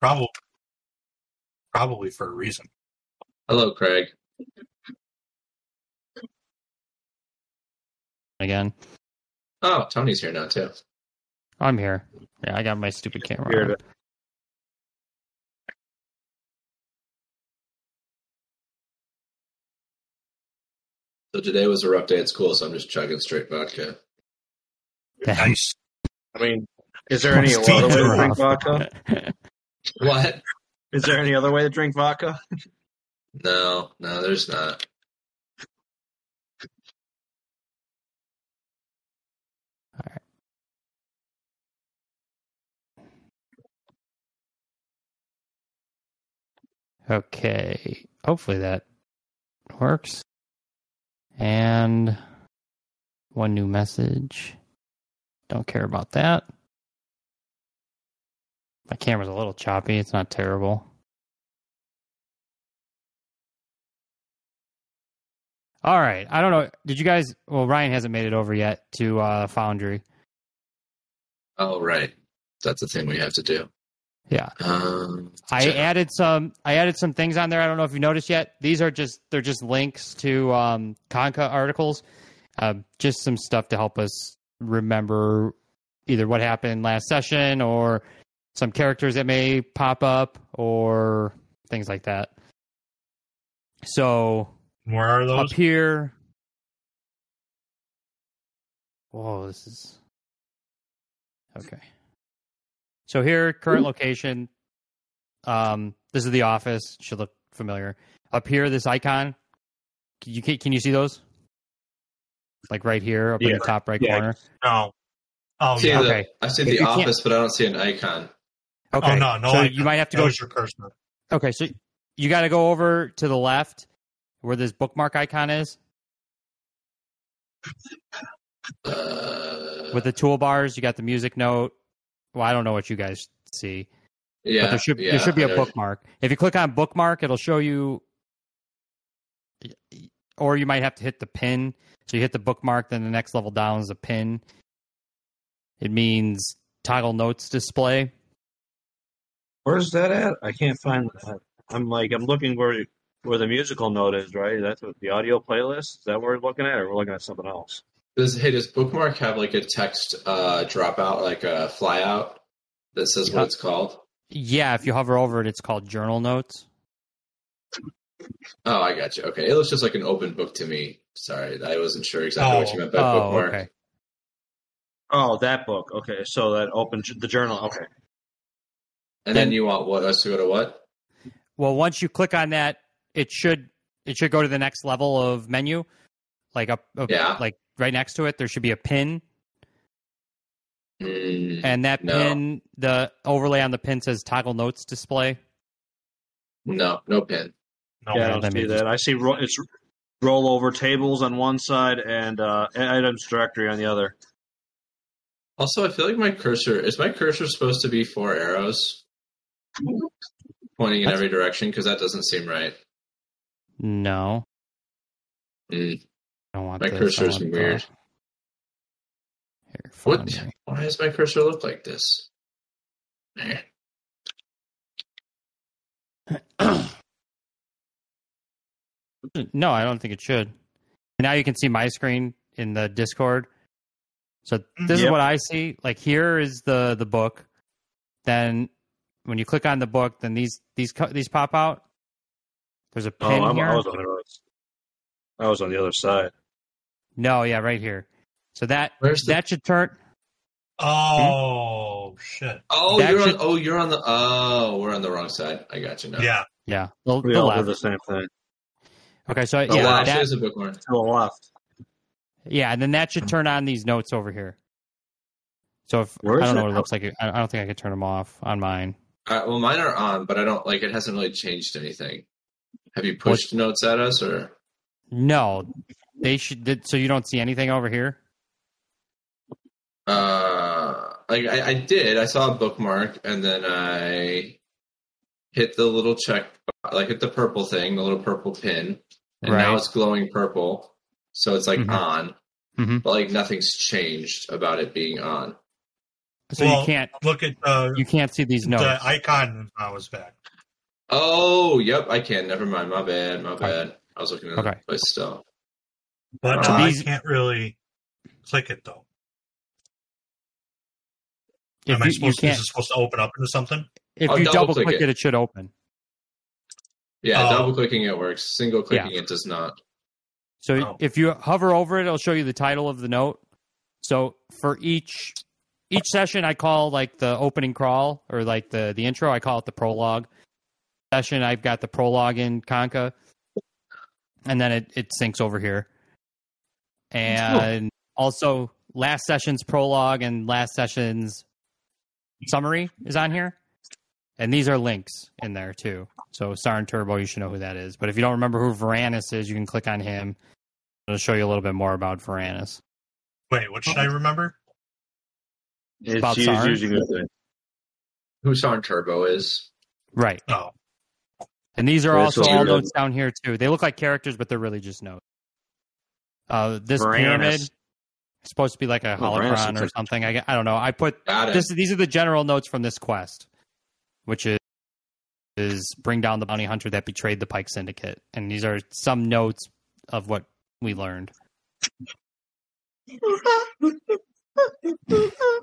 Probably, probably for a reason. Hello, Craig. again. Oh, Tony's here now too. I'm here. Yeah, I got my stupid camera. Here on. it So today was a rough day at school, so I'm just chugging straight vodka. Nice. I mean, is there any Must be other way to drink rough. vodka? What? Is there any other way to drink vodka? No, no, there's not. Okay. Hopefully that works. And one new message. Don't care about that. My camera's a little choppy. It's not terrible. All right. I don't know. Did you guys? Well, Ryan hasn't made it over yet to uh, Foundry. Oh, right. That's the thing we have to do. Yeah. Um, I check- added some. I added some things on there. I don't know if you noticed yet. These are just they're just links to um, Conca articles, uh, just some stuff to help us remember either what happened last session or some characters that may pop up or things like that. So Where are up those? here. Whoa, this is okay. So here, current location. Um, this is the office. Should look familiar. Up here, this icon. Can you can you see those? Like right here, up in Yeah. the top right Yeah. corner. No. Oh see yeah. the, okay. I see If the you can't- office, but I don't see an icon. Okay. Oh no, no. So I- you might have to that go was your cursor. Okay, so you got to go over to the left where this bookmark icon is Uh, with Uh. the toolbars. You got the music note. Well, I don't know what you guys see. yeah, but there should yeah, there should be a there- bookmark. If you click on bookmark, it'll show you, or you might have to hit the pin. So you hit the bookmark, then the next level down is a pin. It means toggle notes display. Where's that at? I can't find that. I'm like, I'm looking where where the musical note is, right? That's what the audio playlist. Is that what we're looking at, or we're looking at something else? Does hey does bookmark have like a text uh, dropout, like a flyout that says Yeah. what it's called? Yeah, if you hover over it, it's called journal notes. Oh, I got you. Okay, it looks just like an open book to me. Sorry, I wasn't sure exactly what you meant by oh, bookmark. okay. Oh, that book. Okay, so that open the journal. Okay, And then Then- you want what us to go to what? Well, once you click on that, it should it should go to the next level of menu, like up, up Yeah. like right next to it. There should be a pin, Mm, and that No. pin, the overlay on the pin says toggle notes display. no, no pin. No. yeah, I let don't me see that. I see ro- it's rollover tables on one side and uh, items directory on the other. Also, I feel like my cursor is my cursor supposed to be four arrows pointing in That's- every direction because that doesn't seem right. No, Mm, I don't want my this. cursor I is want weird. the- Here, What? Foundry. Why does my cursor look like this? Eh. No, I don't think it should. Now you can see my screen in the Discord. So this is Yep. what I see. Like here is the the book. Then when you click on the book, then these these co- these pop out. There's a Oh, pin I'm, here. I was on the other. I was on the other side. No, yeah, right here. So that Where's the? that should turn. Oh shit. oh, that you're should- on. Oh, you're on the. Oh, we're on the wrong side. I got you now. Yeah. Yeah, the, We the all did left. the same thing. Okay, so Oh, yeah, wow, that- she is a bookmark. To the left. Yeah, and then that should turn on these notes over here. So if Where is I don't know it? what it looks like, I I don't think I could turn them off on mine. All right, well, mine are on, but I don't like. It hasn't really changed anything. Have you pushed notes at us or? No, they should. Did, so you don't see anything over here. Uh, like I, I did. I saw a bookmark, and then I hit the little check, like hit the purple thing, the little purple pin, and now Right. it's glowing purple, so it's like Mhm. on. Mhm. But like nothing's changed about it being on. so Well, you can't Look at uh, you can't see these notes. the icon now is back. Oh, yep, I can. Never mind. My bad. My bad. I was looking at Okay. the place still. But To uh, be- I can't really click it though. if Am I you, you supposed to, can't, is it supposed to open up into something? if I'll you double double-click click it. it. it should open. Yeah, Oh. double clicking it works. Single clicking it does not. So Oh. if you hover over it, it'll show you the title of the note. So for each each session, I call like the opening crawl or like the the intro. I call it the prologue session. I've got the prologue in Conca, and then it it syncs over here. And also last session's prologue and last session's summary is on here. And these are links in there too. So Sarn Turbo, you should know who that is. But if you don't remember who Varanus is, you can click on him. It'll show you a little bit more about Varanus. Wait, what Oh. should I remember? It's Bob she's Sarin? usually good thing. Who's on Turbo is? Right. Oh, And these are Yeah, also so all you're- notes down here too. They look like characters, but they're really just notes. Uh, this Varanus. pyramid is supposed to be like a Oh, Varanus holocron looks or like- something. I, I don't know. I put Got it. this. These are the general notes from this quest, which is is bring down the bounty hunter that betrayed the Pike Syndicate, and these are some notes of what we learned.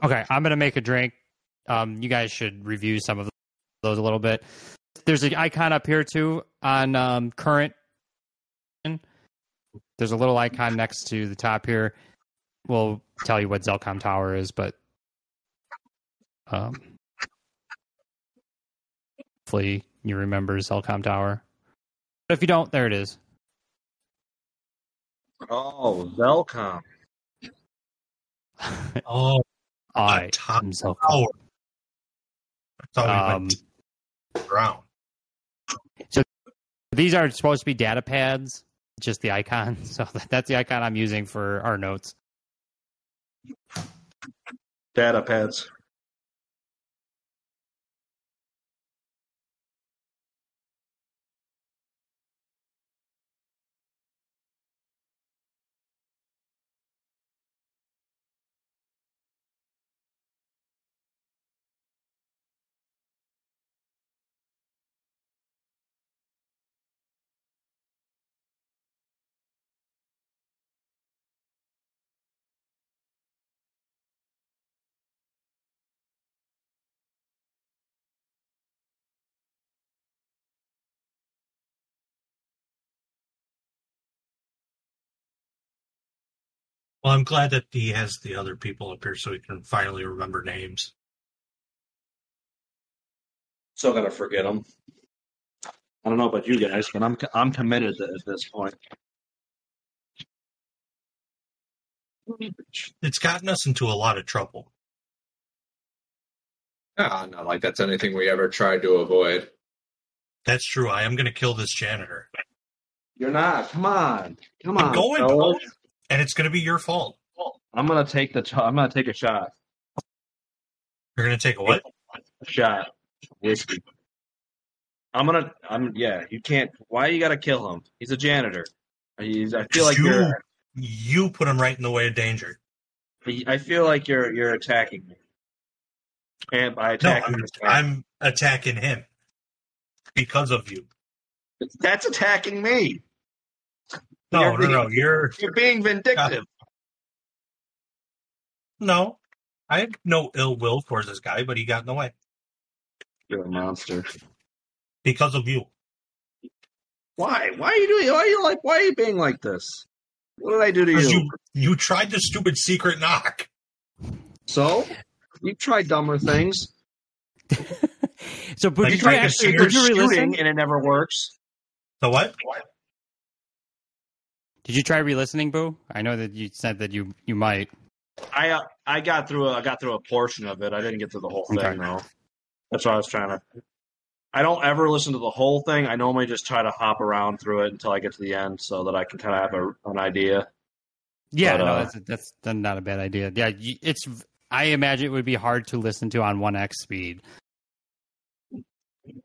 Okay, I'm gonna make a drink. Um, you guys should review some of those a little bit. There's an icon up here too on um, current. There's a little icon next to the top here. We'll tell you what Zelcom Tower is, but um, hopefully you remember Zelcom Tower. But if you don't, there it is. Oh, Velcom. oh, All a right, top I'm Zelcom. tower. Oh, I thought we Um, went around. These are supposed to be data pads, just the icon. So that- that's the icon I'm using for our notes. Data pads. Well, I'm glad that he has the other people up here so he can finally remember names. Still gotta forget them. I don't know about you guys, but I'm I'm committed to, at this point. It's gotten us into a lot of trouble. Ah, not like that's anything we ever tried to avoid. That's true. I am going to kill this janitor, You're not. Come on. Come I'm on. going, fellas. dog. and it's going to be your fault. I'm gonna take the. T- I'm gonna take a shot. You're going to take a what? A shot. Whiskey. I'm gonna. I'm. Yeah. You can't. Why you gotta kill him? He's a janitor. He's. I feel like You- you're. You put him right in the way of danger. I feel like you're. You're attacking me. And by No, attacking, I'm, me- I'm attacking him because of you. that's attacking me. No, You're no, being- no. You're You're being vindictive. no. I have no ill will towards this guy, but he got in the way You're a monster. because of you. Why? Why are you doing? Why are you like? Why are you being like this? What did I do to you? Because you you tried the stupid secret knock. So you tried dumber things. So, but Like, did you like a actually You're You're did you re-listen? shooting and it never works. The what? Did you try re-listening, Boo? I know that you said that you you might. I uh, I got through. A, I got through a portion of it. I didn't get through the whole thing Okay. though. That's what I was trying to. I don't ever listen to the whole thing. I normally just try to hop around through it until I get to the end, so that I can kind of have a, an idea. Yeah, But, no, uh, that's, that's that's not a bad idea. Yeah, you, it's. I imagine it would be hard to listen to on one x speed.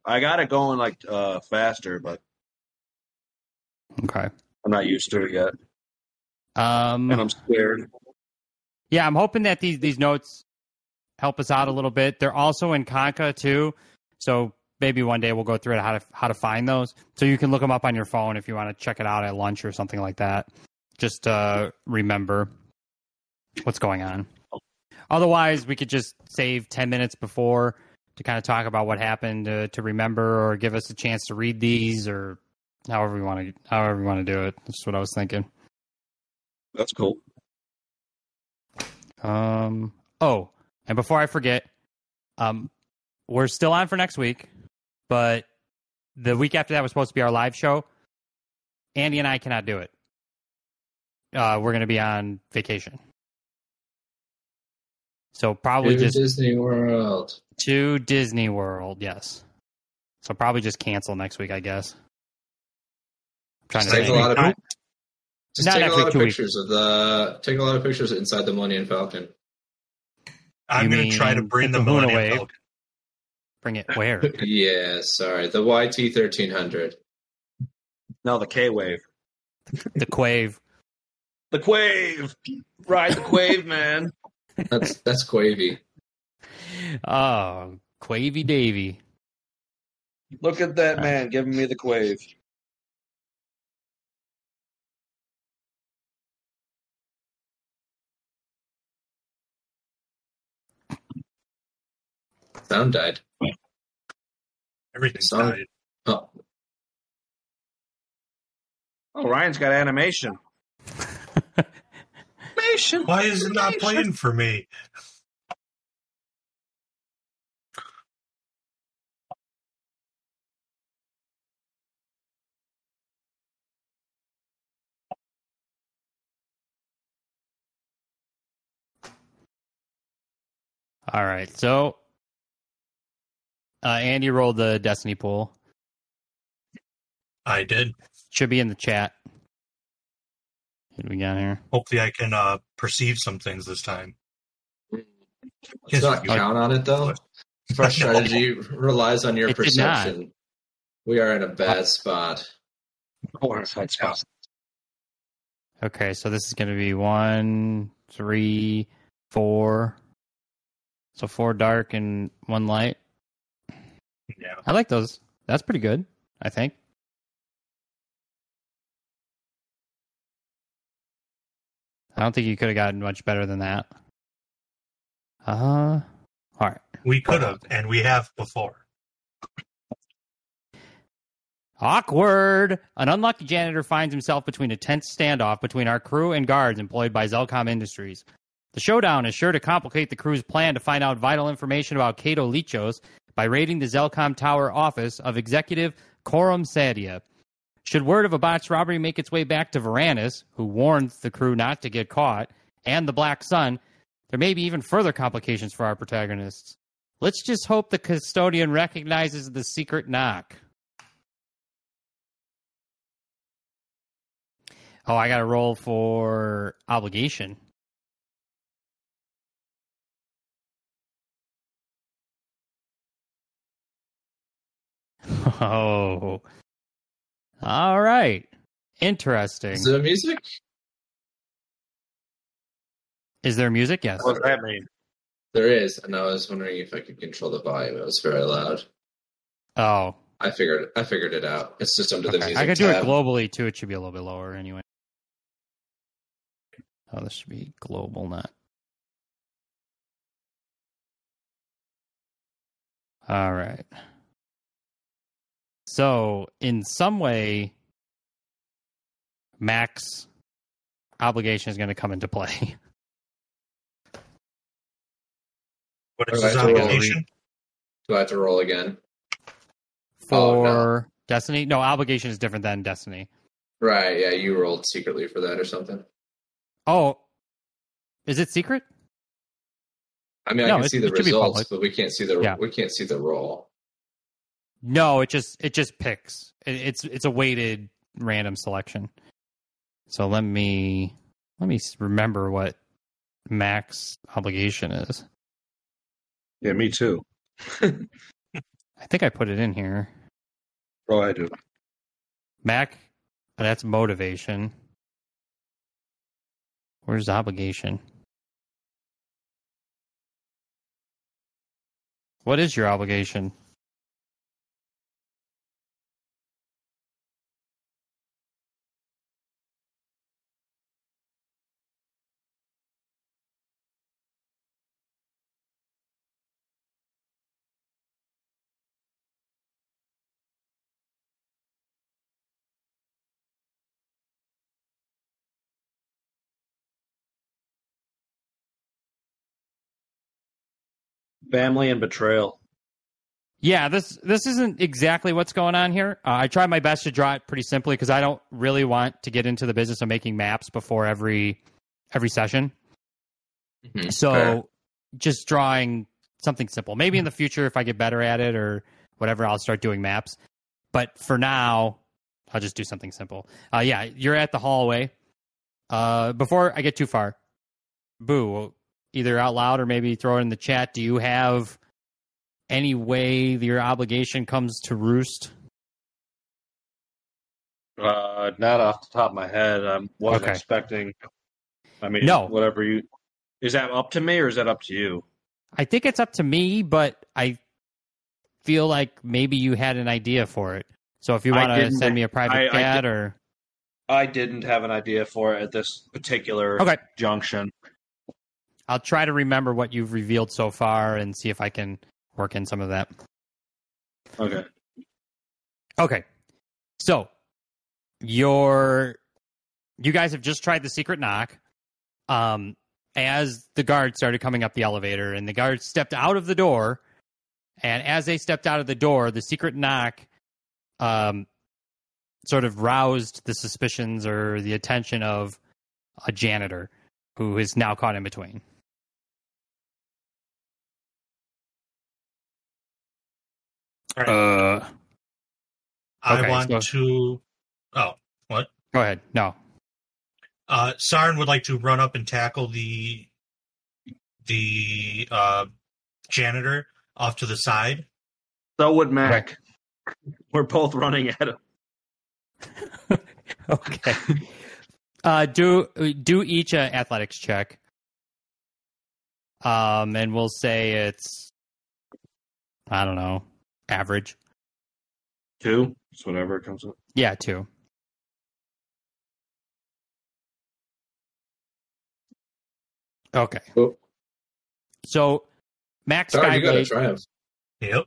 I got it going like uh, faster, but Okay. I'm not used to it yet, Um, and I'm scared. Yeah, I'm hoping that these these notes help us out a little bit. They're also in Conca too, so maybe one day we'll go through it how to how to find those. So you can look them up on your phone if you want to check it out at lunch or something like that. Just uh, remember what's going on. Otherwise, we could just save ten minutes before to kind of talk about what happened uh, to, to remember, or give us a chance to read these, or however we want to however we want to do it. That's what I was thinking. That's cool. Um. Oh, and before I forget, um, we're still on for next week, but the week after that was supposed to be our live show. Andy and I cannot do it. Uh, we're going to be on vacation, so probably Dude, just Disney World. to Disney World. Yes, so probably just cancel next week, I guess. I'm trying Just to take a think. lot of just Not take a next lot week, of two weeks. pictures of the take a lot of pictures inside the Millennium Falcon. I'm You going to try to mean bring the the Luna Millennium Wave? Falcon. Bring it where? Yeah, sorry, the YT thirteen hundred. No, the K wave. the Quave. The Quave. Ride the Quave, man. That's that's quavy. Oh, Quavy Davy. Look at that man giving me the Quave. Sound died. Everything's Sorry. died. Oh, Oh, Ryan's got animation. animation. Why is it not playing for me? All right, so uh, Andy rolled the Destiny pool. I did. Should be in the chat. What do we got here? Hopefully, I can uh, perceive some things this time. let's not count on it though. Our strategy relies on your It did not. perception. We are in a bad spot. Okay, so this is going to be one, three, four. So four dark and one light. Yeah. I like those. That's pretty good, I think. I don't think you could have gotten much better than that. Uh, all right. We could have, and we have before. Awkward. An unlucky janitor finds himself between a tense standoff between our crew and guards employed by Zelcom Industries. The showdown is sure to complicate the crew's plan to find out vital information about Cato Lichos by raiding the Zelcom Tower office of executive Coram Sadia. Should word of a botched robbery make its way back to Varanus, who warned the crew not to get caught, and the Black Sun, there may be even further complications for our protagonists. Let's just hope the custodian recognizes the secret knock. Oh, I got to roll for obligation. Oh. All right. Interesting. Is there music? Is there music? Yes. What does that mean? There is, and I was wondering if I could control the volume. It was very loud. Oh, I figured I figured it out. It's just under the okay. music. I could do it tab. globally too. It should be a little bit lower anyway. Oh, this should be global, not. All right. So, in some way, Max obligation is going to come into play. What is All right, his so we'll obligation? Do I have to roll again? for Oh, no. Destiny. No, obligation is different than Destiny. Right, yeah, you rolled secretly for that or something. Oh, is it secret? I mean, No, I can it- see the it should be results, public. but we can't see the Yeah. we can't see the roll. No, it just it just picks. It, it's it's a weighted random selection. So let me let me s- remember what max obligation is. Yeah, me too. I think I put it in here. Oh, I do. Mac, that's motivation. Where's obligation? What is your obligation? Family and betrayal. Yeah, this this isn't exactly what's going on here. Uh, I try my best to draw it pretty simply because I don't really want to get into the business of making maps before every every session. Mhm. So Fair. just drawing something simple. Maybe in the future, if I get better at it or whatever, I'll start doing maps. But for now, I'll just do something simple. Uh, yeah, you're at the hallway. Uh, before I get too far, Boo, either out loud or maybe throw it in the chat. Do you have any way your obligation comes to roost? Uh, not off the top of my head. I wasn't Okay. expecting. I mean, No. whatever you. Is that up to me or is that up to you? I think it's up to me, but I feel like maybe you had an idea for it. So if you I want to didn't. send me a private I- I chat or. I didn't have an idea for it at this particular Okay. junction. I'll try to remember what you've revealed so far and see if I can work in some of that. Okay. Okay. So, your you guys have just tried the secret knock. Um as the guards started coming up the elevator and the guards stepped out of the door and as they stepped out of the door, the secret knock um sort of roused the suspicions or the attention of a janitor who is now caught in between. Uh I Okay, want so- to. Oh, Go ahead. No. uh, Sarn would like to run up and tackle the the uh, janitor off to the side. So would Mac. We're both running at him. Okay. uh, do do each a athletics check. Um, and we'll say it's I don't know average. Two. It's whatever it comes up. Yeah, two. Okay. Oh. So, Max Sorry, you got a Skyblade. triumph. Yep.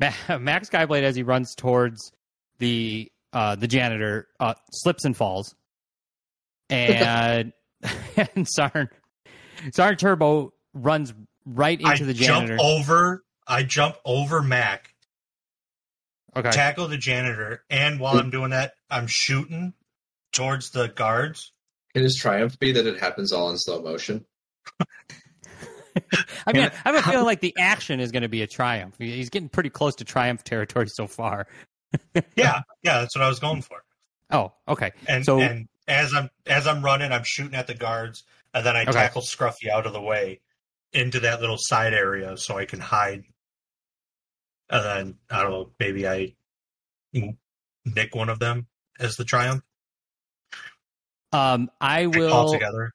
Ma- Max Skyblade, as he runs towards the uh, the janitor, uh, slips and falls, and and Sarn Sarn Turbo runs right into I the jump janitor. over. I jump over Mac, okay, tackle the janitor, and while I'm doing that, I'm shooting towards the guards. Can his triumph be that it happens all in slow motion? I mean, Can- I have a feeling like the action is going to be a triumph. He- He's getting pretty close to triumph territory so far. Yeah, yeah, that's what I was going for. Oh, okay. And So- and as I'm as I'm running, I'm shooting at the guards, and then I Okay. tackle Scruffy out of the way into that little side area so I can hide. And then I don't know, maybe I nick one of them as the triumph Um, I all will. together.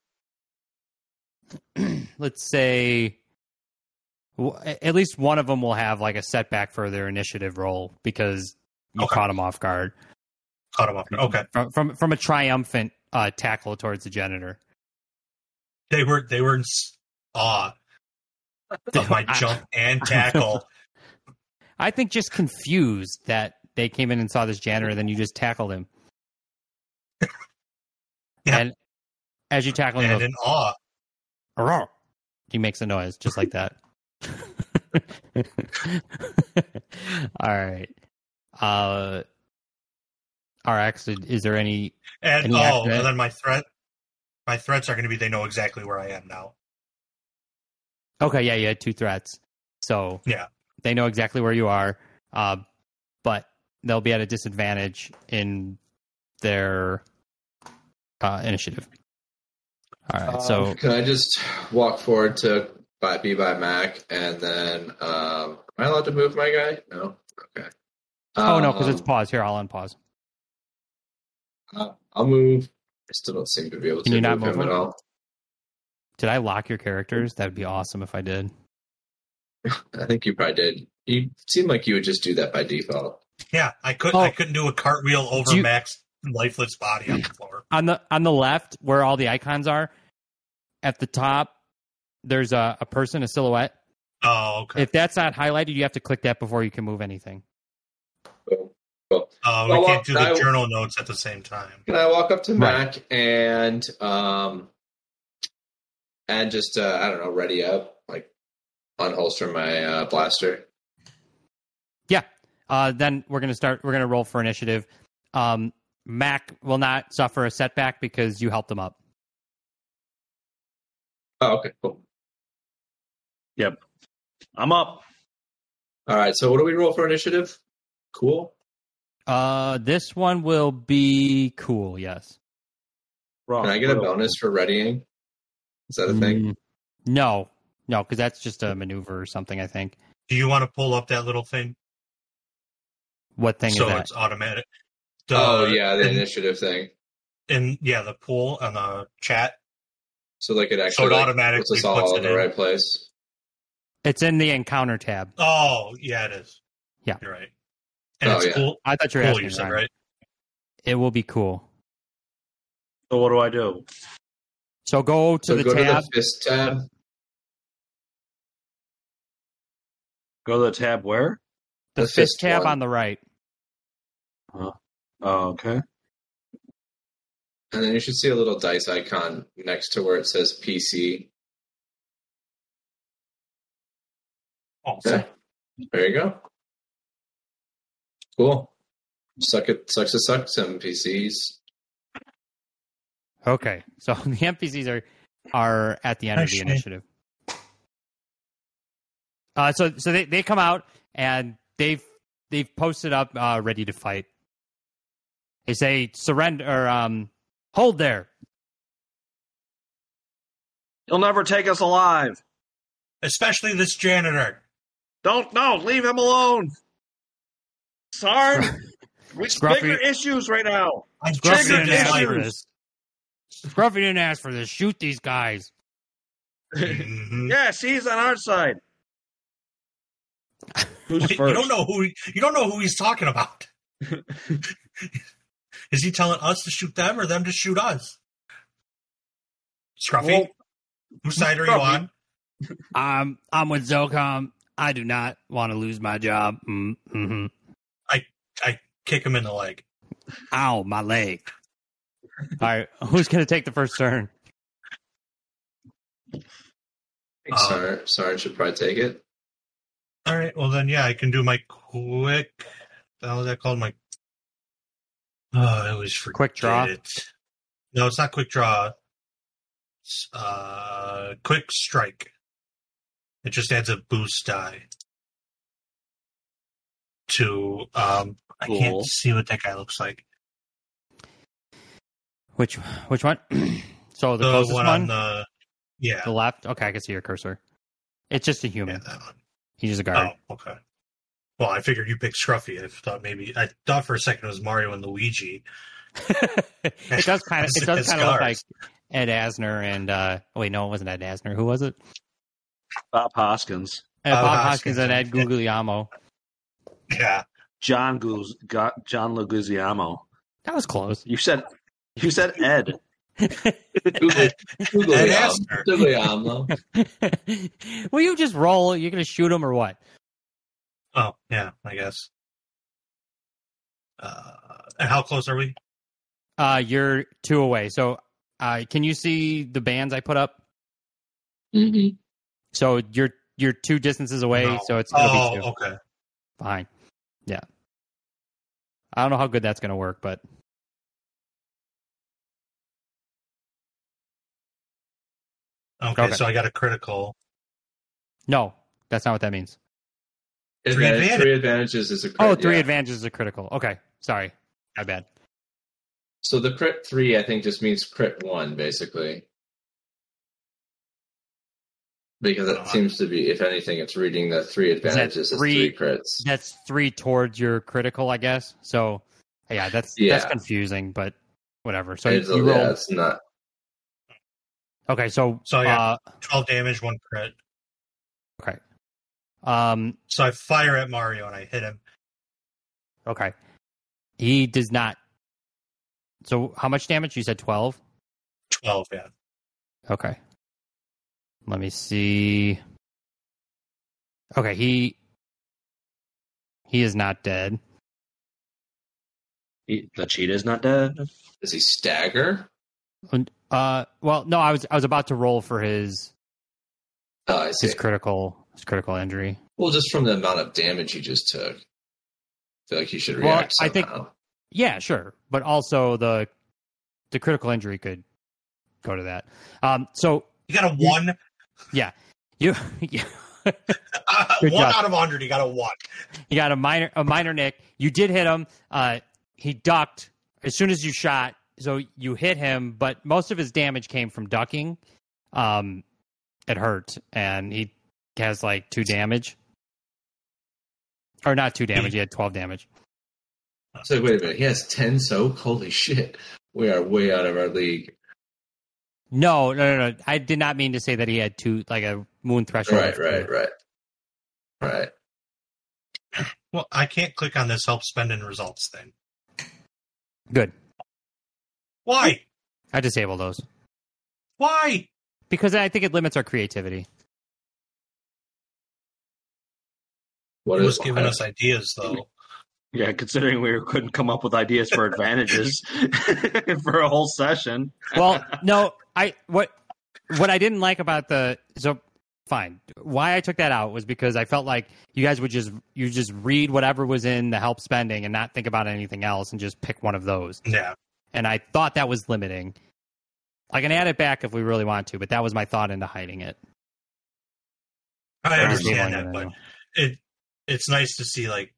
let's say w- at least one of them will have like a setback for their initiative roll because you Okay. caught them off guard Caught him off. Okay, from from, from a triumphant uh, tackle towards the janitor. they were they were in s- awe of my I- jump and tackle. I think just confused that they came in and saw this janitor, then you just tackled him. Yeah. And as you tackle him, and you in awe. go, "Arrgh." he makes a noise just like that. all right. Uh, RX, is there any And Any oh, accident? and then my threat, my threats are going to be they know exactly where I am now. Okay, yeah, you had two threats. So Yeah. they know exactly where you are, uh, but they'll be at a disadvantage in their uh, initiative. All right, so Um, Can I just walk forward to by, be by Mac and then um, am I allowed to move my guy? No. Okay. oh no, because it's Um, pause. Here, I'll unpause. Uh, I'll move. I still don't seem to be able Can to you not move, move him at him? all. Did I lock your characters? That would be awesome if I did. I think you probably did. You seem like you would just do that by default. Yeah, I couldn't. I couldn't do a cartwheel over Oh. Do you- Mac's lifeless body on the floor. on the on the left where all the icons are at the top there's a, a person a silhouette Oh, okay. if that's not highlighted you have to click that before you can move anything So, Oh, Well, we can't do the I- journal notes at the same time. Can I walk up to Right. Mac and um and just uh, I don't know, ready up, like unholster my uh, blaster. uh, then we're going to start we're going to roll for initiative um, mac will not suffer a setback because you helped him up Oh, okay, cool. I'm up. All right, so what do we roll for initiative? Cool. uh, this one will be cool yes Wrong. Can I get a Wrong. bonus for readying? Is that a thing? Mm, no no because that's just a maneuver or something i think Do you want to pull up that little thing what thing so is that it's automatic? Oh The- yeah, the and, initiative thing. and, yeah, the pool and the chat. So like it So actually it like, puts automatically us puts, all in it the in. right place. it's in the encounter tab Oh yeah, it is. Yeah. you're right. And Oh, it's yeah. cool. i thought you were Cool, asking you said Ryan. right. it will be cool So what do I do? So go to So the go tab. to the fist tab. Go to the tab where? the, the fist fist tab one. on the right. Oh, okay. And then you should see a little dice icon next to where it says PC. Awesome. Yeah. There you go. Cool. Suck it sucks to suck some PCs. Okay. So the NPCs are are at the end of Actually- the initiative. Uh, so so they, they come out and they've they've posted up uh, ready to fight. They say surrender or um, hold there. He'll never take us alive. Especially this janitor. Don't no, leave him alone. Sorry. We Scruffy. bigger issues right now. I'm Scruffy just Trigger didn't ask for issues. this. Scruffy didn't ask for this. Shoot these guys. Mhm. Yes, he's on our side. Who's Wait, You don't know who he- you don't know who he's talking about. Is he telling us to shoot them or them to shoot us? Scruffy, Well, whose side are you Scruffy. on? I'm I'm with Zocom. I do not want to lose my job. Mm-hmm. Kick him in the leg. Ow, my leg. All right, who's going to take the first turn? Uh, Sorry, sorry, should probably take it. All right. Well, then, yeah, I can do my quick. How is that called? My. Oh, I always forget. Quick draw? It. No, it's not quick draw. It's, uh, quick strike. It just adds a boost die. To um, I Cool. can't see what that guy looks like. Which which one? so the, The, closest one, one, on the. Yeah. the left. Okay, I can see your cursor. It's just a yeah human. that one. He's just a guard. Oh, okay. Well, I figured you picked Scruffy. I thought maybe I thought for a second it was Mario and Luigi. it does kind of. It does It's kind of look like guards. Ed Asner and uh, wait, no, it wasn't Ed Asner. Who was it? Bob Hoskins. Uh, Bob Bob Oh, Hoskins Hoskins and Ed and- Guglielmo. Yeah. John Guz- Go- John Leguizamo. That was close. You said you said Ed. Google, Google, Ed Yam- Asner. Google Yamlo. Will you just roll? You're going to shoot him or what? Oh, yeah, I guess. Uh, and how close are we? Uh, you're two away. So, uh, can you see the bands I put up? Mhm. So you're you're two distances away, No. so it's it'll be two Oh, okay. behind. Yeah. I don't know how good that's gonna work, but okay. Okay. so I got a critical. no, that's not what that means. Three Advantage- advantage. three advantages is a crit. Oh, three yeah. advantages are critical. Okay. Sorry. My bad. So the crit three, I think, just means crit one, basically. Because it seems to be, if anything, it's reading that three advantages as three- three crits. That's three towards your critical, I guess. So yeah, that's that's Yeah. confusing, but whatever. So It's- you roll yeah, it's not. Okay, so, So, yeah. uh, 12 damage, one crit. okay. Um, So I fire at Mario and I hit him. okay. He does not. So how much damage? You said 12? Twelve, yeah. Okay. Let me see. Okay, he he is not dead. He, the cheetah's not dead. Does he stagger? And, Uh, well, no, I was I was about to roll for his Oh, I see. his critical his critical injury. Well, just from the amount of damage you just took, I feel like you should Well, react. I think- somehow. Yeah, sure, but also the the critical injury could go to that. Um, so You got a You- one, you you uh, one Good job. out of hundred. You got a one. got a minor a minor nick. You did hit him. Uh, he ducked as soon as you shot, so you hit him. But most of his damage came from ducking. Um, it hurt, and he has like two damage, or not two damage. He had twelve damage. So wait a minute. He has ten soak. Holy shit! We are way out of our league. No, no, no, no. I did not mean to say that he had two, like a moon threshold. Right, right, right, right. Well, I can't click on this help spending results thing. Good. Why? I disable those Why? because I think it limits our creativity. What It was is- giving us ideas though. Yeah, considering we couldn't come up with ideas for advantages for a whole session. Well, no, I what what I didn't like about the so fine. Why I took that out was because I felt like you guys would just you just read whatever was in the help spending and not think about anything else and just pick one of those. Yeah. And I thought that was limiting. I can add it back if we really want to, but that was my thought into hiding it. I Or understand disabling that, it but anyway. it it's nice to see like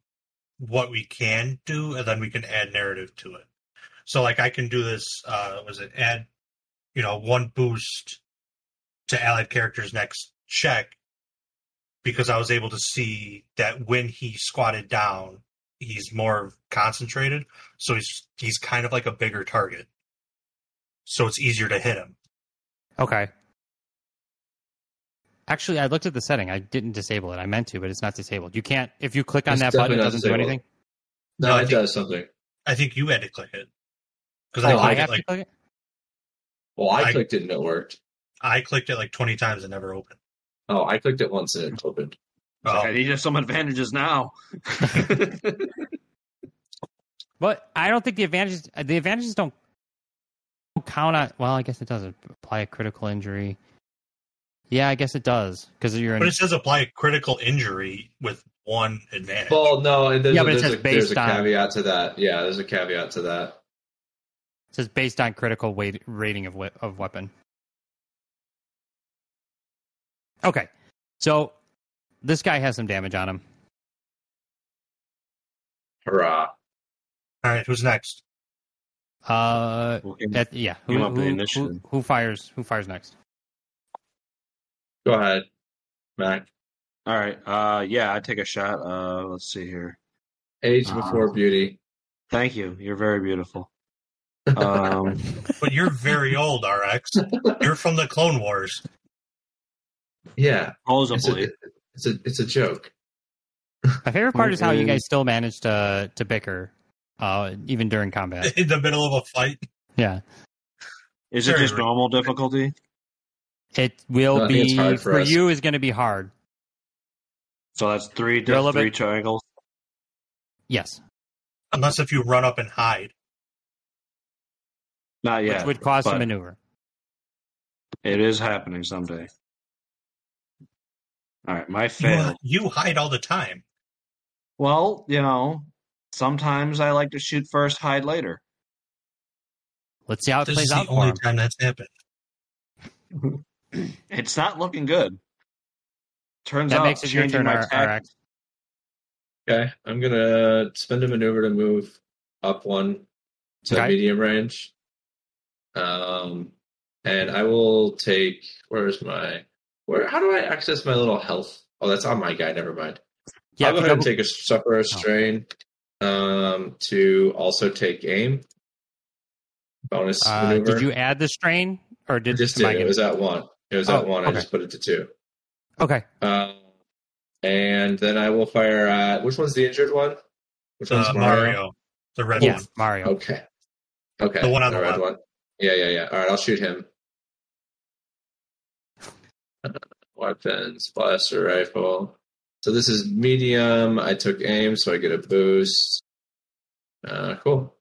what we can do and then we can add narrative to it so like i can do this uh was it add you know one boost to allied characters next check because i was able to see that when he squatted down he's more concentrated so he's he's kind of like a bigger target so it's easier to hit him Okay. Actually, I looked at the setting. I didn't disable it. I meant to, but it's not disabled. You can't if you click on It's that button, it definitely not doesn't do disabled. anything. No, it does something. i think you had to click it because Oh, I, I clicked have it like to click it. Well, I, I- clicked it and it worked. i clicked it like 20 times and never opened Oh, I clicked it once and it opened. Oh. I need some advantages now. But I don't think the advantages the advantages don't don't count on. Well, I guess it doesn't apply a critical injury. Yeah, I guess it does because you're in. But it says apply a critical injury with one advantage. Well, no, and there's, Yeah, a, but it there's, says a, there's based a on- caveat to that. Yeah, there's a caveat to that. It says based on critical weight rating of we- of weapon. Okay, so this guy has some damage on him. Hurrah! All right, who's next? Uh, that, yeah. Who, Came up with who- the initiative. who- who fires? Who fires next? Go ahead, Mac. All right. Uh, yeah, I take a shot. Uh, let's see here. Age Ah. before beauty. Thank you. You're very beautiful. Um, But you're very old, RX. You're from the Clone Wars. Yeah, it's a, supposedly, it's a it's a joke. My favorite part is how you Mm-mm. guys still manage to to bicker, uh, even during combat. In the middle of a fight, Yeah, is it just Sure. normal difficulty? it will No, I think it's be hard for for us. you is going to be hard. So that's three, You're a little three bit- triangles. Yes, unless if you run up and hide. Not yet. which would cause but some maneuver. It is happening someday. All right, my fail. You, you hide all the time. Well, you know, sometimes I like to shoot first, hide later. Let's see how it This is plays the out for only him. time that's happened. It's not looking good. Turns That out, makes it your changing turn, my R- tact- RX. Okay, I'm gonna spend a maneuver to move up one to Okay. medium range. Um, and I will take. Where's my? Where? How do I access my little health? Oh, that's on my guy. Never mind. Yeah, I'll go ahead and double- Oh. take a suffer a strain um, to also take aim. Bonus uh, maneuver. did you add the strain or I did just did. somebody It give- was at one. It was Oh, at one. okay. I just put it to two. Okay, Um, And then I will fire. Uh, which one's the injured one? Which Uh, Mario. the red Yeah, one. Mario. Okay. Okay. The one on the red left. one. Yeah, yeah, yeah. All right, I'll shoot him. Weapons, blaster rifle. So this is medium. I took aim, so I get a boost. Uh, cool.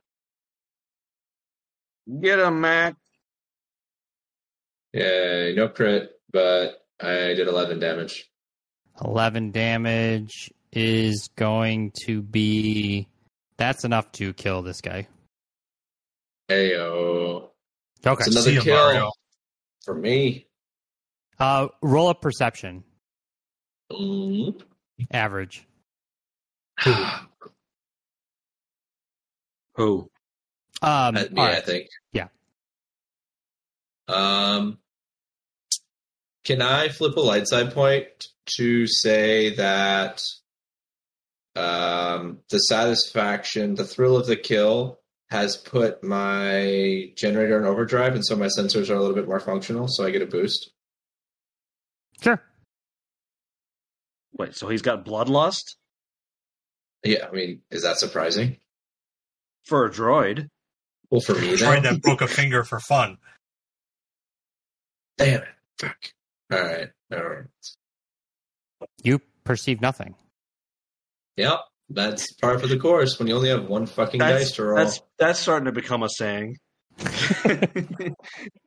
Get him, Mac. Yay, no crit, but I did 11 damage. 11 damage is going to be. That's enough to kill this guy. Ayo. Okay. It's another See ya, kill Mario. for me. Uh, roll a perception Mm. average. Who? Um, At me, all Uh, I right. think. Yeah. Um, can I flip a light side point to say that um, the satisfaction, the thrill of the kill, has put my generator in overdrive, and so my sensors are a little bit more functional, so I get a boost. Sure. Wait, so he's got bloodlust Yeah, I mean, is that surprising? for a droid? Well, for me, Tried then. that broke a finger for fun. Damn it! Fuck. All right. All right. You perceive nothing. Yep, that's par for the course when you only have one fucking dice That's to roll. that's that's starting to become a saying,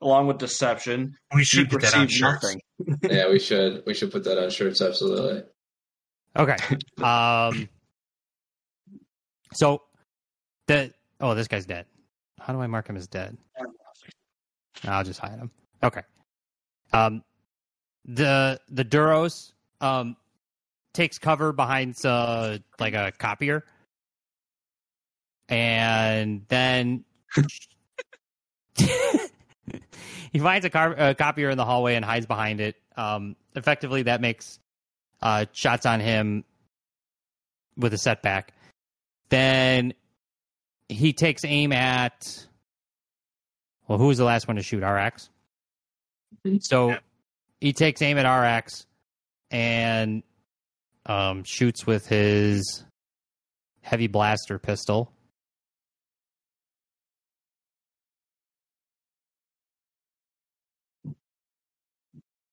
along with deception. We You should get that on perceive shirts. nothing. yeah, we should we should put that on shirts absolutely. Okay. Um, so the oh, this guy's dead. How do I mark him as dead? I'll just hide him. Okay. Um, the the Duros um takes cover behind uh like a copier, and then he finds a, car- a copier in the hallway and hides behind it. Um, effectively, that makes uh, shots on him with a setback. Then he takes aim at. Well, who was the last one to shoot? RX. So Yeah. he takes aim at RX and um, shoots with his heavy blaster pistol.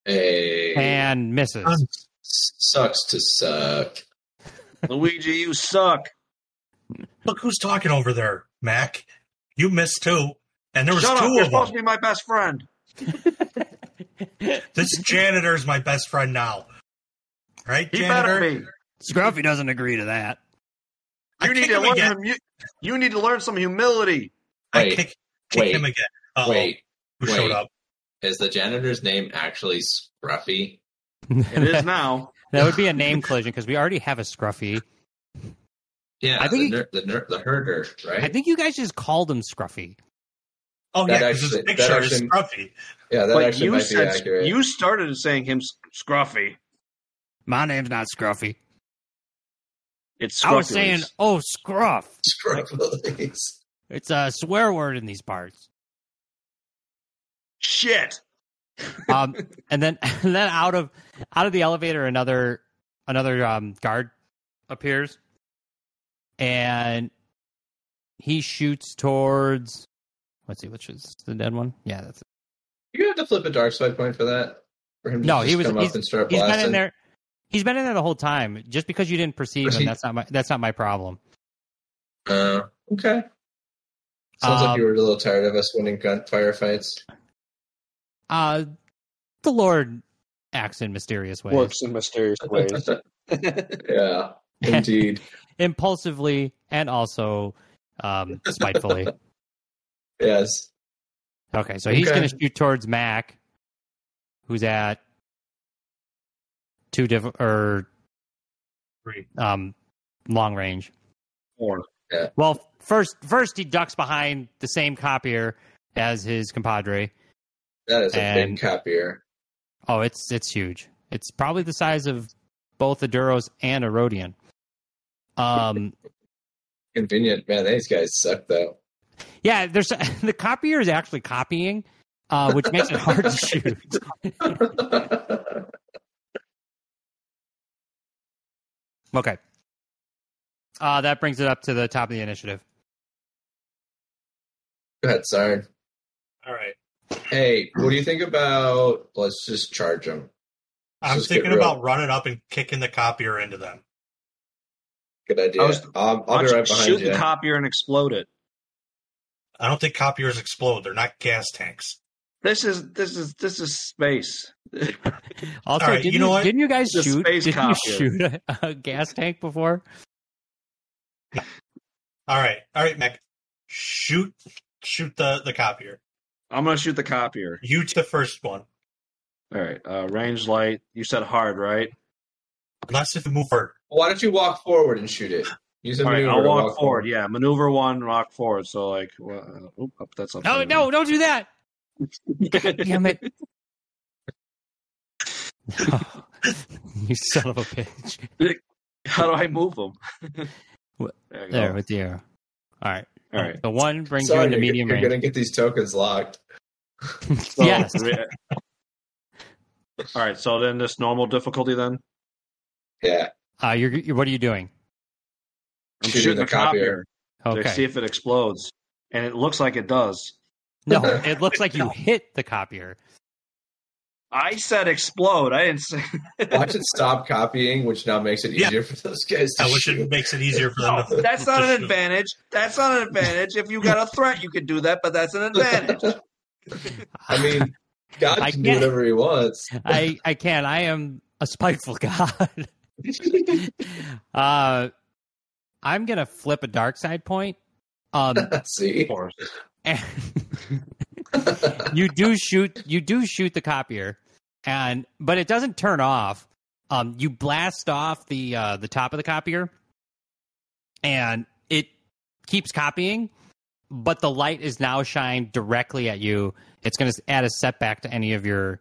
Hey, And misses. Um, s- sucks to suck. Luigi, you suck. Look who's talking over there, Mac. You missed two, and there was Shut up. two You're of them. supposed to be my best friend. This janitor is my best friend now. Right, He janitor? better be. Scruffy doesn't agree to that. I You need kick to him learn again. him. You, you need to learn some humility. I Wait, kick, kick wait, him again. Uh-oh, Wait, who showed wait. up? is the janitor's name actually Scruffy? It is now. that would be a name collision because we already have a Scruffy. Yeah, I think- the, ner- the, ner- the herder, right? I think you guys just called him Scruffy. Oh That yeah, because his actually- that picture is actually- scruffy. yeah, that but actually you might be said accurate. you started saying him s- scruffy. My name's not Scruffy. It's I was scruffy. saying, oh, scruff. Scruffy. It's a swear word in these parts. shit. Um, and then, and then out of out of the elevator, another another um, guard appears, and he shoots towards. Let's see, which is the dead one? Yeah, that's it. You have to flip a dark side point for that. For him to No, just he was- come he's- up and start He's blasting. been in there. He's been in there the whole time. Just because you didn't perceive Was him, he- that's not my that's not my problem. Uh, okay. Sounds like Um, you were a little tired of us winning gunfire fights. Uh, the Lord acts in mysterious ways. in mysterious yeah, indeed. impulsively and also um, spitefully. yes. Okay, so he's Okay. going to shoot towards Mac, who's at two diff or Three. um, long range. Or Well, first, first he ducks behind the same copier as his compadre. That is a And- big copier. Oh, it's it's huge. It's probably the size of both a Duros and a Rodian. Um, Convenient. Man, these guys suck, though. yeah, there's the copier is actually copying, uh, which makes it hard to shoot. All Okay. Uh, that brings it up to the top of the initiative. Go ahead, Sard. All right. Hey, what do you think about let's just charge them? I'm just get thinking real. about running up and kicking the copier into them. Good idea. I was- I'll, I'll be right shoot behind the you. copier and explode it. I don't think copiers explode. They're not gas tanks. This is this is this is space. Also, All right, didn't you know what? didn't you guys The shoot? space Didn't you copier. shoot a, a gas tank before? All right. All right, Mac. Shoot shoot the, the copier. I'm gonna shoot the copier. You to the first one. All right, uh, range light. You said hard, right? Unless if you move forward. Why don't you walk forward and shoot it? Use a All right, maneuver I'll to walk forward. Yeah, maneuver one, rock forward. So like, well, uh, oop, up, that's up. No, no, don't do that. Damn it. you son of a bitch. How do I move them? What- there, you go. There with the arrow. All right. All right. The one brings Sorry, you into you're, medium you're range. gonna get these tokens locked. So, yes. uh, All right. So then this normal difficulty then. Yeah. Uh, you're, you're, what are you doing? I'm Shooting shooting, the the copier, to see Okay. if it explodes, and it looks like it does. No, it looks like you hit the copier. I said explode. I didn't say. Watch it stop copying, which now makes it Yeah. easier for those guys to I wish shoot. it makes it easier for them No, to that's not to an shoot. advantage. That's not an advantage. If you got a threat, you could do that, but that's an advantage. I mean, God I can do can't- whatever he wants. I, I can't. I am a spiteful god. uh, I'm going to flip a dark side point. Um, See, and you do shoot you do shoot the copier and but it doesn't turn off um you blast off the uh the top of the copier and it keeps copying but the light is now shined directly at you it's going to add a setback to any of your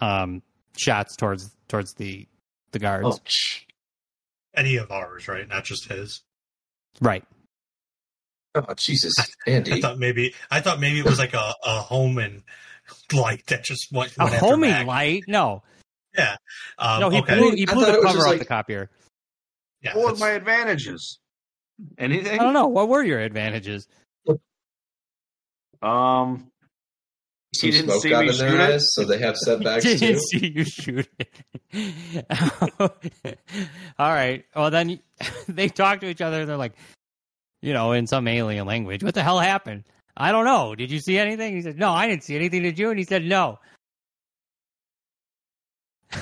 um shots towards towards the the guards Oh, Any of ours, right? Not just his. right oh, Jesus, I Andy. thought maybe I thought maybe it was like a, a Homan light that just went, a went after homing Mac. light no Um, no he okay. blew, he I blew thought the it was cover just off like- the copier Yeah, What were that's- my advantages? i Anything? don't know what were your advantages Um, Some didn't smoke see got me in shoot their it? eyes, so they have setbacks Didn't too. see you shoot it. All right. Well, then they talk to each other. They're like, you know, in some alien language. What the hell happened? I don't know. Did you see anything? He said, No, I didn't see anything. Did you? And he said, No.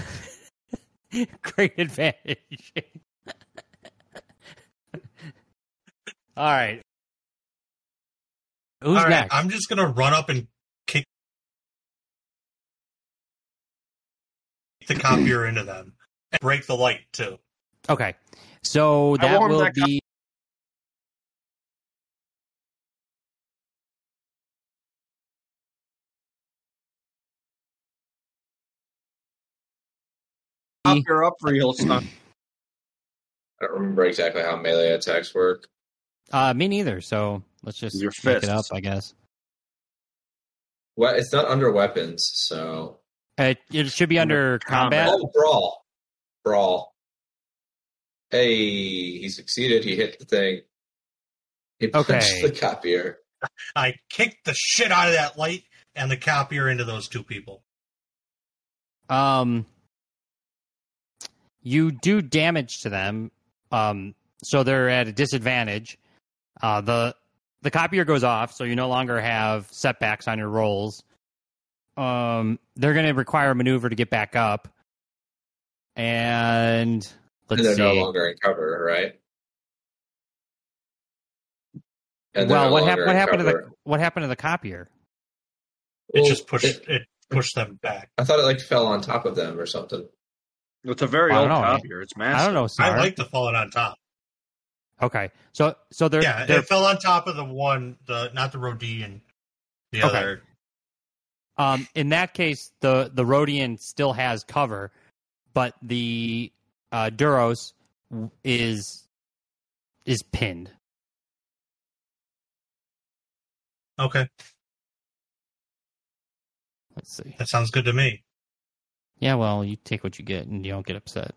Great advantage. All right. Who's All right, next? I'm just gonna run up and kick the copier into them and break the light too. Okay. So that warmed will that be. Pop your up real stuff. I don't remember exactly how melee attacks work. Uh, me neither. So let's just Your make it up, fists. I guess. Well, it's not under weapons, so It, Uh, it should be under combat. oh, brawl, brawl. Hey, he succeeded. He hit the thing. He punched Okay. the copier. I kicked the shit out of that light and the copier into those two people. Um, you do damage to them. Um, so they're at a disadvantage. Uh, the the copier goes off, so you no longer have setbacks on your rolls. Um, they're going to require a maneuver to get back up. And let's and they're see. no longer in cover, right? And they're well, no what, hap- longer what in happened to the cover. what happened to the copier? It Well, just pushed it- it, pushed them back. I thought it like fell on top of them or something. It's a very I old don't know, copier. It's massive. I don't know. Sar. I like the falling on top. Okay, so so they're yeah, they're it fell on top of the one, the not the Rhodian, the Okay. other. Um, in that case, the the Rhodian still has cover, but the uh, Duros w- is is pinned. Okay, Let's see. that sounds good to me. Yeah, well, you take what you get, and you don't get upset.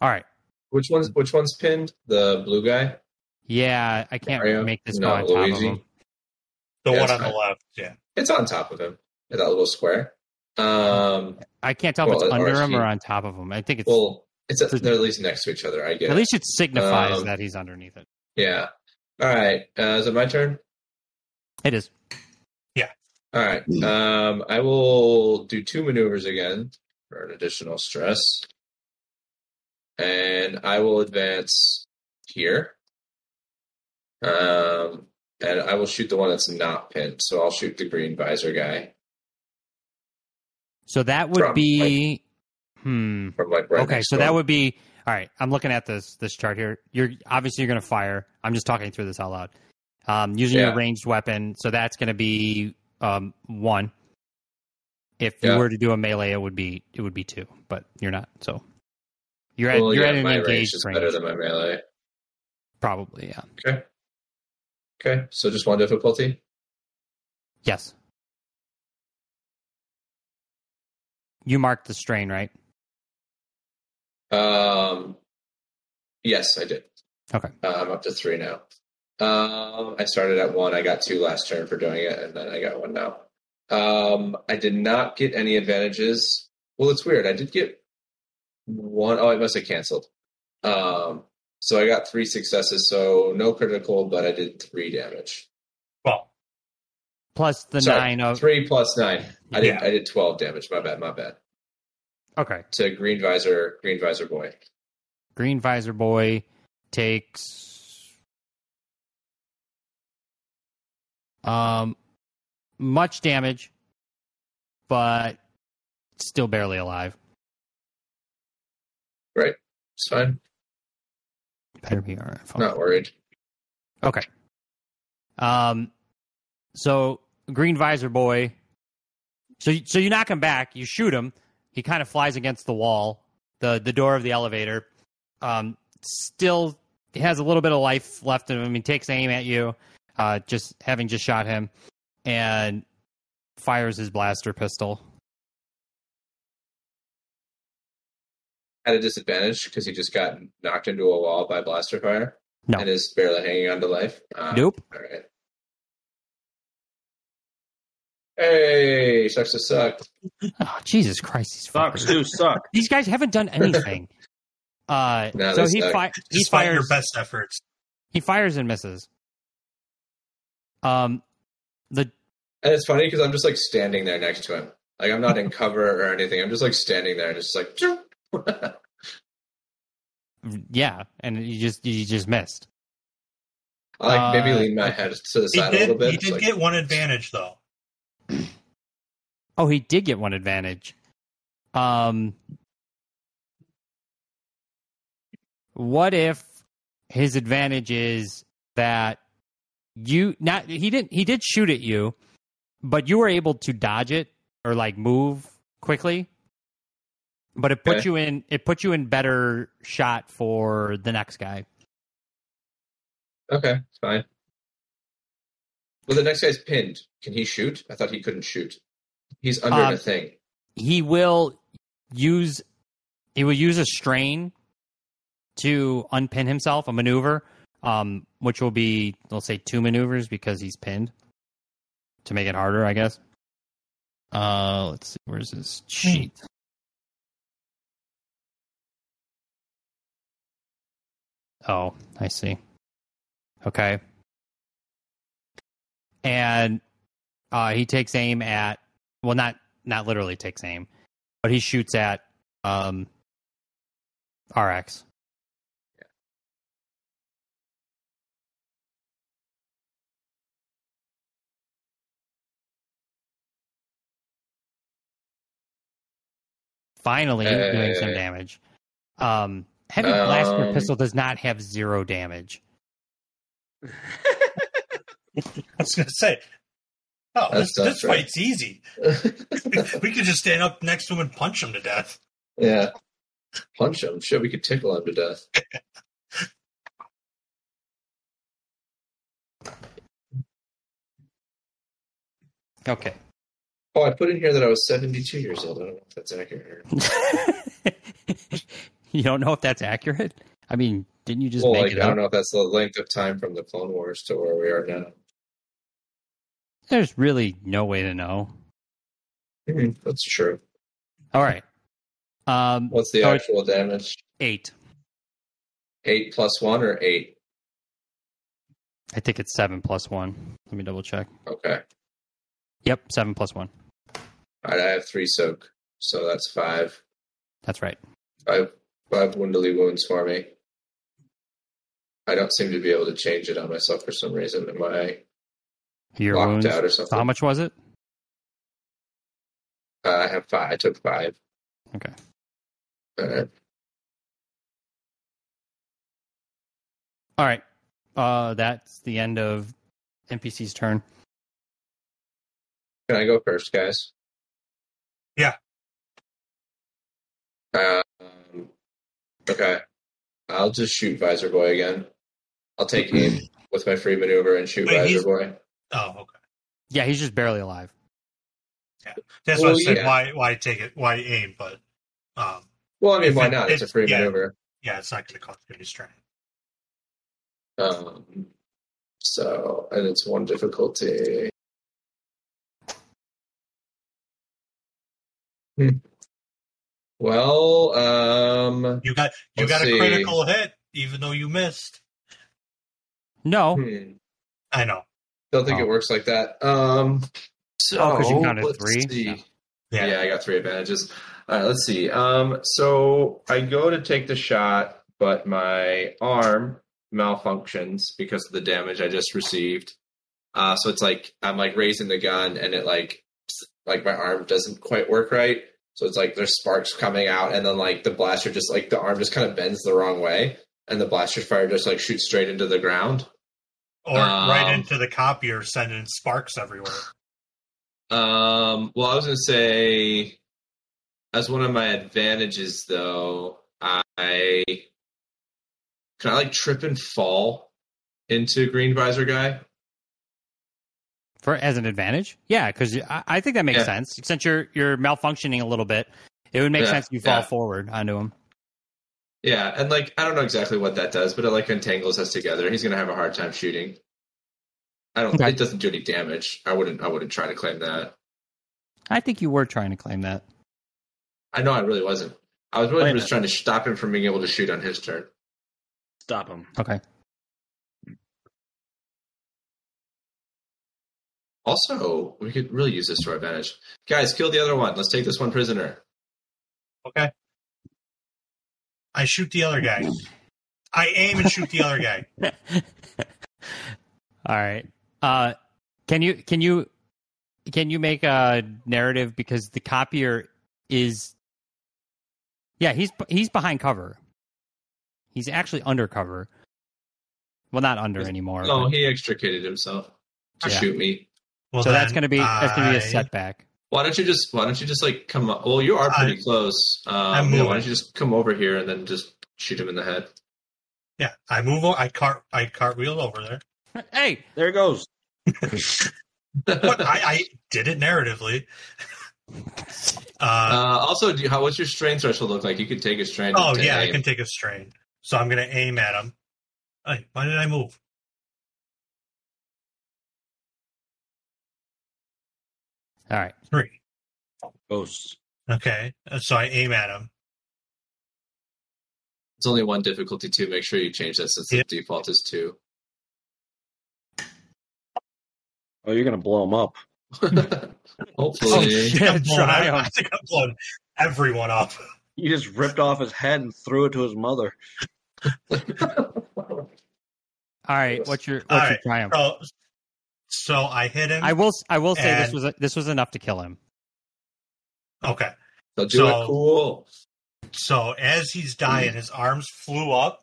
All right. Which one's which one's pinned? The blue guy. Yeah, I can't Mario? make this No, go on top of Luigi. him. The Yeah, one it's on the fine. left, yeah. It's on top of him. That little square. Um. I can't tell if Well, it's uh, under him RSG. or on top of him. I think it's Well, it's they're at least next to each other. I get. at it. least it signifies Um, that he's underneath it. Yeah. All right. Uh, is it my turn? It is. All right. Um, I will do two maneuvers again for an additional stress, and I will advance here. Um, and I will shoot the one that's not pinned. So I'll shoot the green visor guy So that would From, be hmm. from like right. okay, next to so that him. would be all right. I'm looking at this this chart here. You're obviously you're going to fire. I'm just talking through this out loud. Um, using your Yeah. ranged weapon, so that's going to be um, one. If you Yeah. were to do a melee, it would be it would be two, but you're not. So you're at Well, you're yeah, at an my range engaged is range, better than my melee. probably. Yeah. Okay, so just one difficulty. Yes. You marked the strain, right? Um, yes, I did. Okay. Uh, I'm up to three now. Um, I started at one. I got two last turn for doing it, and then I got one now. Um, I did not get any advantages. Well, it's weird. I did get one oh I must have canceled. Um, so I got three successes, so no critical, but I did three damage. Well, Plus the Sorry, nine of three plus nine. I did. Yeah. I did twelve damage. My bad. My bad. okay. To green visor, green visor boy. Green visor boy takes um much damage, but still barely alive. It's fine. Better be all right. Not worried. Okay. Um, so Green Visor Boy. So so you knock him back. You shoot him. He kind of flies against the wall, the the door of the elevator. Um, still has a little bit of life left in him. He takes aim at you, uh, just having just shot him, and fires his blaster pistol. at a disadvantage because he just got knocked into a wall by blaster fire No. and is barely hanging on to life. Uh, Nope. All right. Hey, sucks to suck. Oh, Jesus Christ! These Sucks fuckers. do suck. These guys haven't done anything. Uh, No, so they he suck. fi- he despite fires your best efforts, He fires and misses. Um, the And it's funny because I'm just like standing there next to him. Like I'm not in cover or anything. I'm just like standing there, just like. phew. yeah, and you just you just missed. I like maybe Uh, lean my head to the he side a did. little bit. He It's did like, get one advantage though. Oh, he did get one advantage. Um, what if his advantage is that you not he didn't he did shoot at you, but you were able to dodge it or like move quickly. But it put Okay. you in it put you in better shot for the next guy. okay, it's fine. Well, the next guy's pinned. Can he shoot? I thought he couldn't shoot. He's under Um, the thing. he will use he will use a strain to unpin himself a maneuver um which will be let's say two maneuvers because he's pinned to make it harder i guess uh let's see where's his sheet oh i see okay and uh he takes aim at well not not literally takes aim, but he shoots at um RX. Finally, doing some Hey. damage. Um, heavy Um, blaster pistol does not have zero damage. I was gonna say, oh, this, That's tough, this right? fight's easy. we could just stand up next to him and punch him to death. Yeah. Punch him. Shit, we could tickle him to death. Okay. Oh, I put in here that I was 72 years old. I don't know if that's accurate. You don't know if that's accurate. I mean, didn't you just well, make like, it I up? don't know if that's the length of time from the Clone Wars to where we are now. There's really no way to know. Mhm, That's true. All right. Um, What's the so it's actual damage? eight? Eight plus one or eight? I think it's seven plus one. Let me double check. Okay. Yep, seven plus one. All right, I have three soak, so that's five. That's right. Five, five Windily wounds for me. I don't seem to be able to change it on myself for some reason. Am I Your locked wounds. out or So something? how much was it? Uh, I have five. I took five. Okay. All right. All right. Uh, that's the end of NPC's turn. Can I go first, guys? Yeah. Um, okay. I'll just shoot Visor Boy again. I'll take aim with my free maneuver and shoot Wait, he's- Visor Boy. Oh, okay. Yeah, he's just barely alive. That's Well, what I said. yeah. Why, why take it? Why aim? But um, Well, I mean, If why it- not? It's a it- free yeah. maneuver. yeah, it's not going to cost any strength. Um, so, and it's one difficulty. Hmm. Well, um, You got you Let's got see. a critical hit, even though you missed. Oh. No, hmm. I know. Don't think Oh. it works like that. Um, so, Oh, 'cause you counted let's three? see. Yeah. Yeah. Yeah. I got three advantages. All right, let's see. Um, so I go to take the shot, but my arm malfunctions because of the damage I just received. Uh, so it's like I'm like raising the gun, and it like like my arm doesn't quite work right. So it's like there's sparks coming out, and then like the blaster just like the arm just kind of bends the wrong way, and the blaster fire just like shoots straight into the ground. Or right Um, into the copier, sending sparks everywhere. Um, well, I was gonna say, as one of my advantages, though, I can I like trip and fall into Green Visor guy. for as an advantage. Yeah, because I, I think that makes Yeah. sense. Since you're you're malfunctioning a little bit, it would make Yeah, sense you fall yeah. forward onto him. Yeah, and like I don't know exactly what that does, but it like entangles us together. He's gonna have a hard time shooting. I don't. Okay. It doesn't do any damage. I wouldn't. I wouldn't try to claim that. I think you were trying to claim that. I know. I really wasn't. I was Wait really a just trying to stop him from being able to shoot on his turn. Stop him. Okay. Also, we could really use this to our advantage, guys. Kill the other one. Let's take this one prisoner. Okay. I shoot the other guy. I aim and shoot the other guy. All right. Uh, can you can you can you make a narrative because the copier is yeah he's he's behind cover. He's actually undercover. Well, not under Is- anymore. No, but- he extricated himself to Yeah. shoot me. Well, so that's then gonna be that's gonna be a I- setback. Why don't you just Why don't you just like come? Up? Well, you are pretty I- close. I'm Um, yeah, why moving. don't you just come over here and then just shoot him in the head? Yeah, I move. o- I cart. I cartwheel over there. Hey, There he goes. But I, I did it narratively. uh, Uh, also, do you, how what's your strain threshold look like? You could take a strain. oh to yeah, I aim. can take a strain. So I'm gonna aim at him. Hey, why did I move? all right. Three. Ghosts. Okay, Uh, so I aim at him. It's only one difficulty two. Make sure you change that since Yeah. the default is two. Oh, you're gonna blow him up. Oh, Hopefully, shit, I'm shit, blown, try I, him. I think I'm blowing everyone up. You just ripped off his head and threw it to his mother. All right, what's your what's All your right. triumph? So, so I hit him. I will I will say this And- was this was enough to kill him. okay. they'll do So- it cool. So as he's dying, his arms flew up,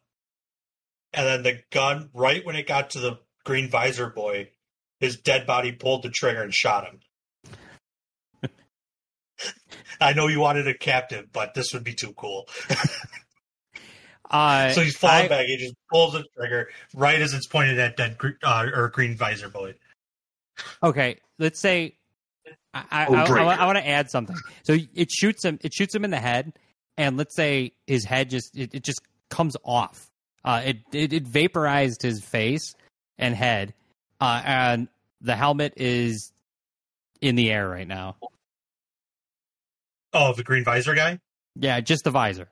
and then the gun, right when it got to the green visor boy, his dead body pulled the trigger and shot him. I know you wanted a captive, but this would be too cool. Uh, So he's falling I- back. He just pulls the trigger right as it's pointed at dead gr- uh, or green visor boy. okay, let's say I I, Oh, I, I, breaker. want to add something. So it shoots him. It shoots him in the head, and let's say his head just it, it just comes off. Uh, it, it it vaporized his face and head, uh, and the helmet is in the air right now. Oh, the green visor guy. Yeah, just the visor.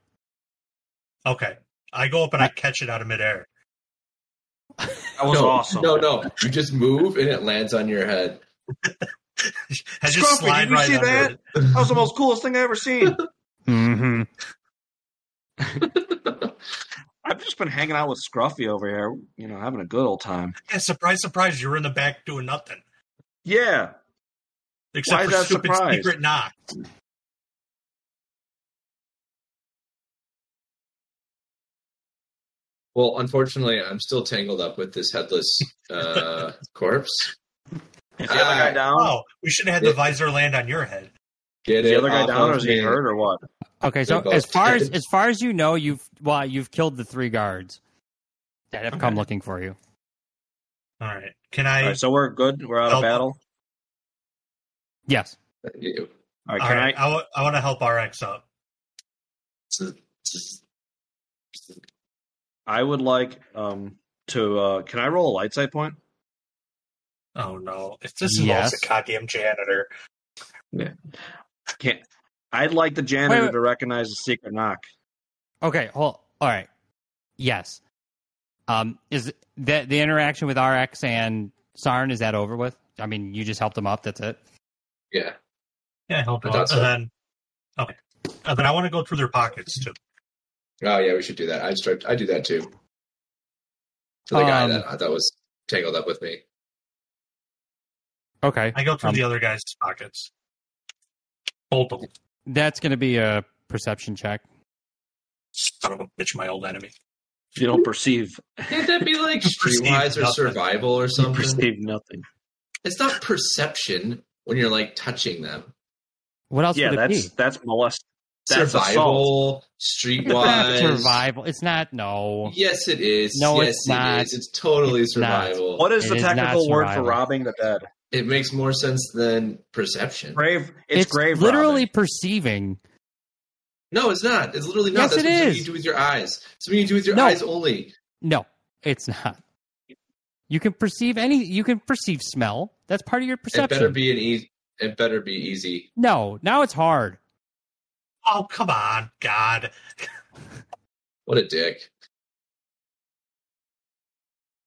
Okay, I go up and I catch it out of midair. That was no, awesome. No, no. You just move and it lands on your head. I just Scruffy, slide did you right see under that? it. That was the most coolest thing I ever seen. Mm-hmm. I've just been hanging out with Scruffy over here, you know, having a good old time. Yeah, surprise, surprise! You were in the back doing nothing Yeah, except Why for that stupid surprise? secret knock. Well, unfortunately, I'm still tangled up with this headless uh, corpse. is the other guy Alright. down? Oh, we should have had the visor land on your head. Get Is the it other guy off down, of or is he me. hurt, or what? Okay, so They're both as far as dead. as far as you know, you've well, you've killed the three guards that have come Okay. looking for you. All right, can All I? right, so we're good. We're out of Nope. battle. Yes. You- All right, all can right, I, wa- I want to help RX out. I? I would like um to. uh Can I roll a light side point? Oh no! If this Yes. involves a goddamn janitor, Can't. I'd like the janitor Wait, wait. to recognize the secret knock. Okay, hold. All right. Yes. Um, is that the interaction with RX and Sarn? Is that over with? I mean, you just helped them up. That's it. yeah. yeah, help I out. thought And so. then, okay, and then I want to go through their pockets too. Oh, yeah. We should do that. I start. I do that too. To the guy Um, that I thought was tangled up with me. Okay, I go through Um, the other guy's pockets. Bolt them. that's going to be a perception check. Son of a bitch, my old enemy. You don't perceive. Can't that be like Perceive streetwise or nothing. survival or You something? perceive nothing. It's not perception when you're like touching them. What else yeah, would it that's that's molest. That's Survival, be? That's streetwise. survival. It's not. No. Yes, it is. No, yes, it's not. it is. It's totally It's not. survival. What is It the is not technical word for survival. robbing the dead? It makes more sense than perception. Grave. It's, grave. literally robbing. perceiving. No, it's not. It's literally not. Yes, That's it something is. you do with your eyes. Something you do with your No. eyes only. No, it's not. You can perceive any. You can perceive smell. That's part of your It better perception. be an easy. It better be easy. no, now it's hard. Oh come on, God! What a dick.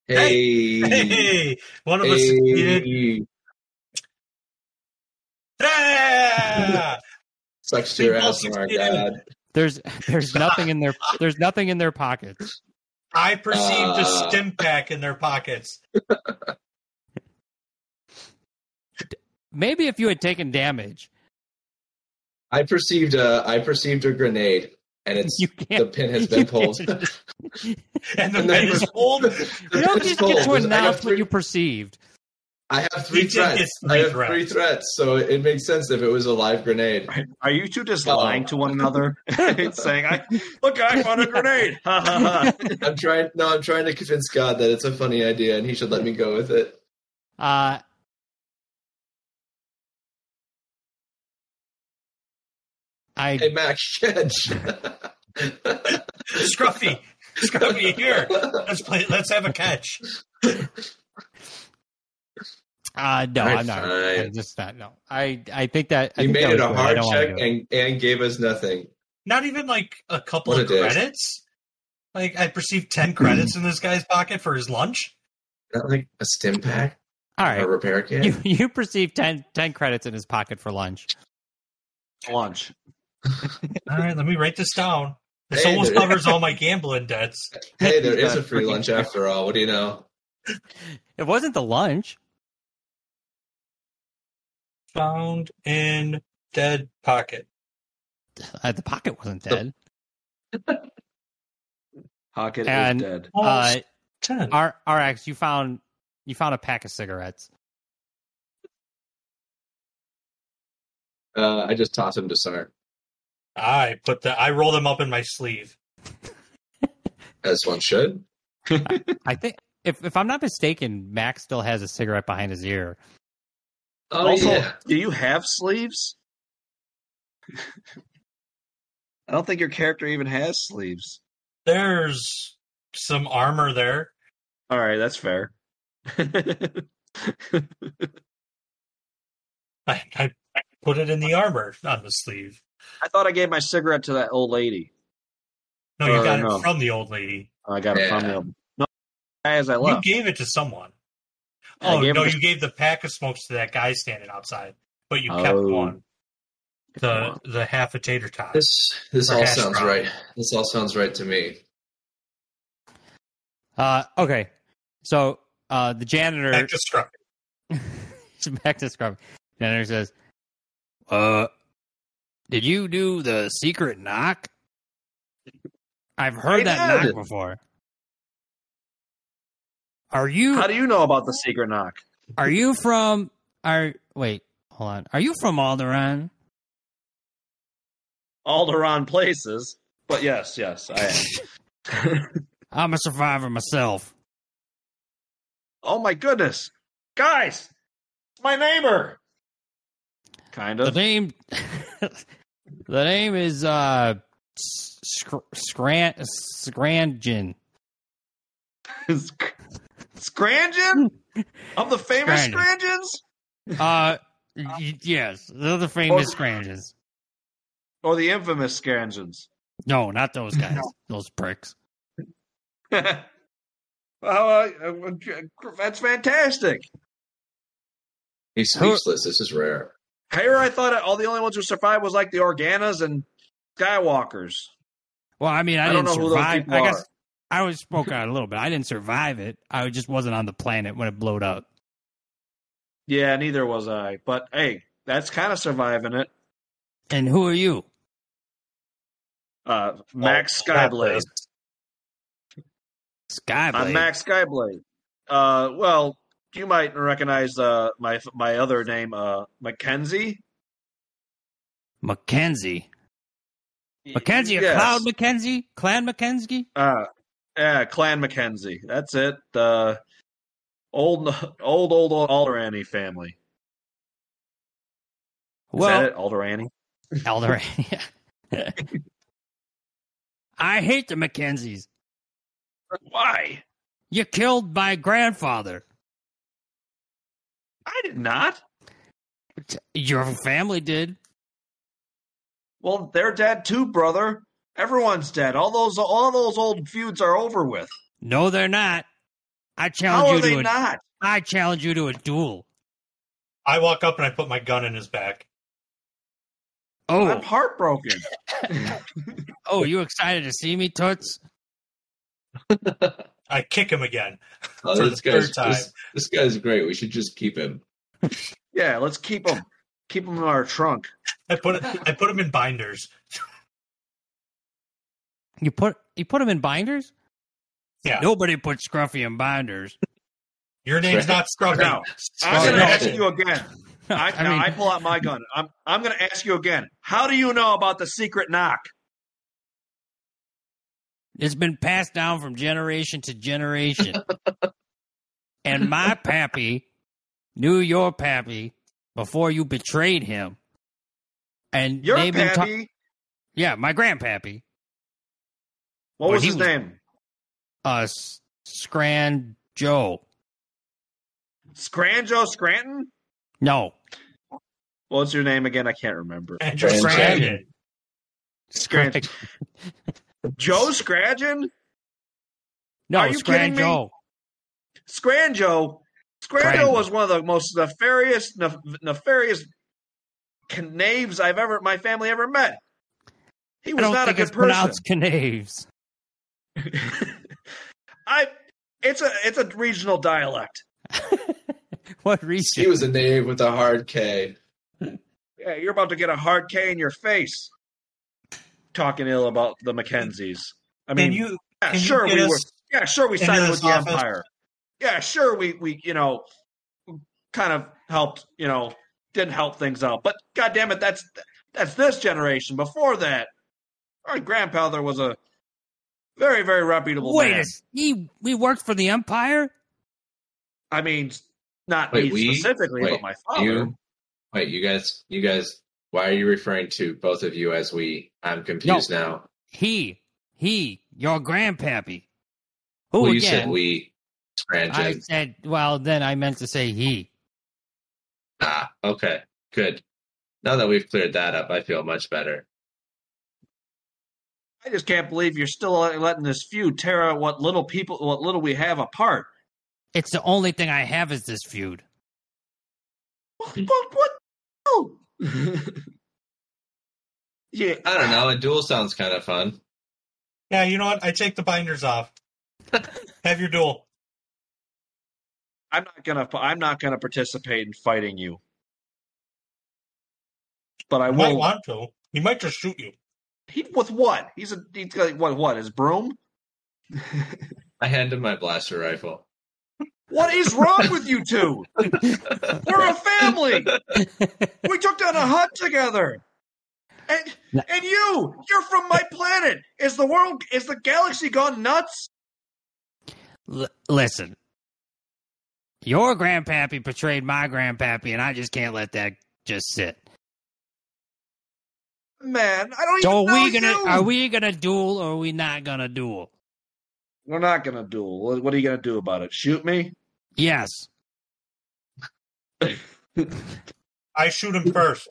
Hey. Hey, one of us succeeded. Hey. Yeah! Sucks We your both ass, my succeeded. god. There's there's nothing in their there's nothing in their pockets. I perceived a Uh. stim pack in their pockets. Maybe if you had taken damage, I perceived a. I perceived a grenade, and it's you the can't. pin has you been can't pulled. just- And the And then- man is old. You don't just get to Pulled. I have announce three- what you perceived. I have three You did threats. get I three have three threats. threats, so it makes sense if it was a live grenade. Are you two just Oh. lying to one another, saying, "I look, I found a grenade." Ha, ha, ha. I'm trying. No, I'm trying to convince God that it's a funny idea and he should let me go with it. Uh, Hey, I Mac, catch. Scruffy, Scruffy, here. Let's play. Let's have a catch. uh, no, Alright, I'm not. fine. I'm just not. No, I I think that I you think made it that was a good. I hard don't wanna check do it. and, and gave us nothing. Not even like a couple What of a dick. credits. Like I perceived ten credits in this guy's pocket for his lunch. Not like a stim pack All or a right, repair kit. you you perceive 10, 10 credits in his pocket for lunch. Lunch. All right, let me write this down. This Hey, almost there- covers all my gambling debts. hey, there He's is a not free freaking- lunch after all. What do you know? It wasn't the lunch. Found in dead pocket. Uh, the pocket wasn't dead. Pocket And- is dead. Uh, ten. R- RX, you found you found a pack of cigarettes. Uh, I just tossed him to Sarn. I put the. I roll them up in my sleeve. As one should. I think if if I'm not mistaken, Max still has a cigarette behind his ear. Oh also, yeah. do you have sleeves? I don't think your character even has sleeves. There's some armor there. All right, that's fair. I, I put it in the armor, on the sleeve. I thought I gave my cigarette to that old lady. No, you Oh, Uh, got no. it from the old lady. I got it from Yeah. him. No, as I You left. gave it to someone. I Oh gave no, it to- you gave the pack of smokes to that guy standing outside, but you kept Oh. one. The the half a tater tot. This this Or all hash sounds brown. right. This all sounds right to me. Uh, okay, so uh, the janitor Pack of scrub. back to scrubbing. Janitor says, "Uh, did you do the secret knock? I've heard I that did. knock before. Are you How do you know about the secret knock? Are you from? Are wait, hold on. Are you from Alderaan? All the wrong places. But yes, yes, I am. I'm a survivor myself. oh my goodness. Guys, it's my neighbor. Kind The of. name, the name is uh, Scr- Scran Scrangen. Sc- Scrangeon? Of the famous Scrangeon. Scrangeons? Uh, y- yes, they're the Oh. famous Scrangens. Or the infamous Scrangeons? No, not those guys. Those pricks. well, uh, uh, that's fantastic. He's Who- speechless. This is rare. Here I thought all the only ones who survived was like the Organas and Skywalkers. Well, I mean, I, I don't didn't know who those survive. people I guess are. I was spoke out a little bit. I didn't survive it. I just wasn't on the planet when it blowed up. Yeah, neither was I. But hey, that's kind of surviving it. And who are you? Uh, Max Oh, Skyblade. Skyblade. I'm Max Skyblade. Uh, well, you might recognize uh, my my other name, uh, Mackenzie. Mackenzie. Mackenzie, a Yes. Cloud Mackenzie, Clan Mackenzie. Uh, yeah, Clan Mackenzie. That's it. The old old old Alderani family. Is that Well, it, Alderani? Elder. I hate the Mackenzies. Why? You killed my grandfather. I did not. Your family did. Well, they're dead too, brother. Everyone's dead. All those all those old feuds are over with. No, they're not. I challenge How are you they to. A, not? I challenge you to a duel. I walk up and I put my gun in his back. Oh, I'm heartbroken. oh, you excited to see me, Toots? I kick him again. Oh, For this the guy's third time. this, this guy's great. We should just keep him. Yeah, let's keep them. Keep them in our trunk. I put it, I put him in binders. You put you put him in binders. Yeah. Nobody put Scruffy in binders. Your name's not Scrubby. Now, I'm Oh, going no. to ask you again. I, I now, mean- I pull out my gun. I'm, I'm going to ask you again. How do you know about the secret knock? It's been passed down from generation to generation. and my pappy knew your pappy before you betrayed him. And Your they've been ta- pappy. yeah, my grandpappy, what was Well, he his was- name? uh, S- Scran Joe. Scranjo Scranton. No, What's your name again? I can't remember. And you're Brandon. Brandon. Scran- Scran- Joe Scrangeon. Are no, you Scran kidding me? Joe. Scranjo. Scranjo Scranjo. was one of the most nefarious, nef- nefarious knaves I've ever, my family ever met. He I was don't not a think good it's person. pronounced Knaves. I, it's a, it's a regional dialect. What He reason? was a knave with a hard K. Yeah, you're about to get a hard K in your face. Talking ill about the Mackenzies. I mean, Can you yeah, can you sure get we us were. Yeah, sure we into sided this with the office? Empire. Yeah, sure we we you know kind of helped you know didn't help things out, but God damn it, that's that's this generation. Before that, our grandfather was a very very reputable Wait, man. a, he we worked for the Empire. I mean, not Wait, me we? specifically, Wait, but my father. You wait. You guys. You guys Why are you referring to both of you as we? I'm confused now. He, he, your grandpappy. Who well, you said again? we. I Transgen. said. Well, then I meant to say he. Ah, okay. Good. Now that we've cleared that up, I feel much better. I just can't believe you're still letting this feud tear out what little people, what little we have apart. It's the only thing I have is this feud. What? what, what the hell? yeah, I don't know. A duel sounds kind of fun. Yeah, you know what? I take the binders off. Have your duel. I'm not gonna. I'm not gonna participate in fighting you. But I I might will. want to. He might just shoot you. He with what? He's a. He's got what? What his broom? I hand him my blaster rifle. What is wrong with you two? We're a family. We took down a hut together. And No. and you, you're from my planet. Is the world? Is the galaxy gone nuts? L- listen, your grandpappy betrayed my grandpappy, and I just can't let that just sit. Man, I don't So are even know we gonna? you. Are we gonna duel or are we not gonna duel? We're not gonna duel. What- What are you gonna do about it? Shoot me? Yes. I shoot him first.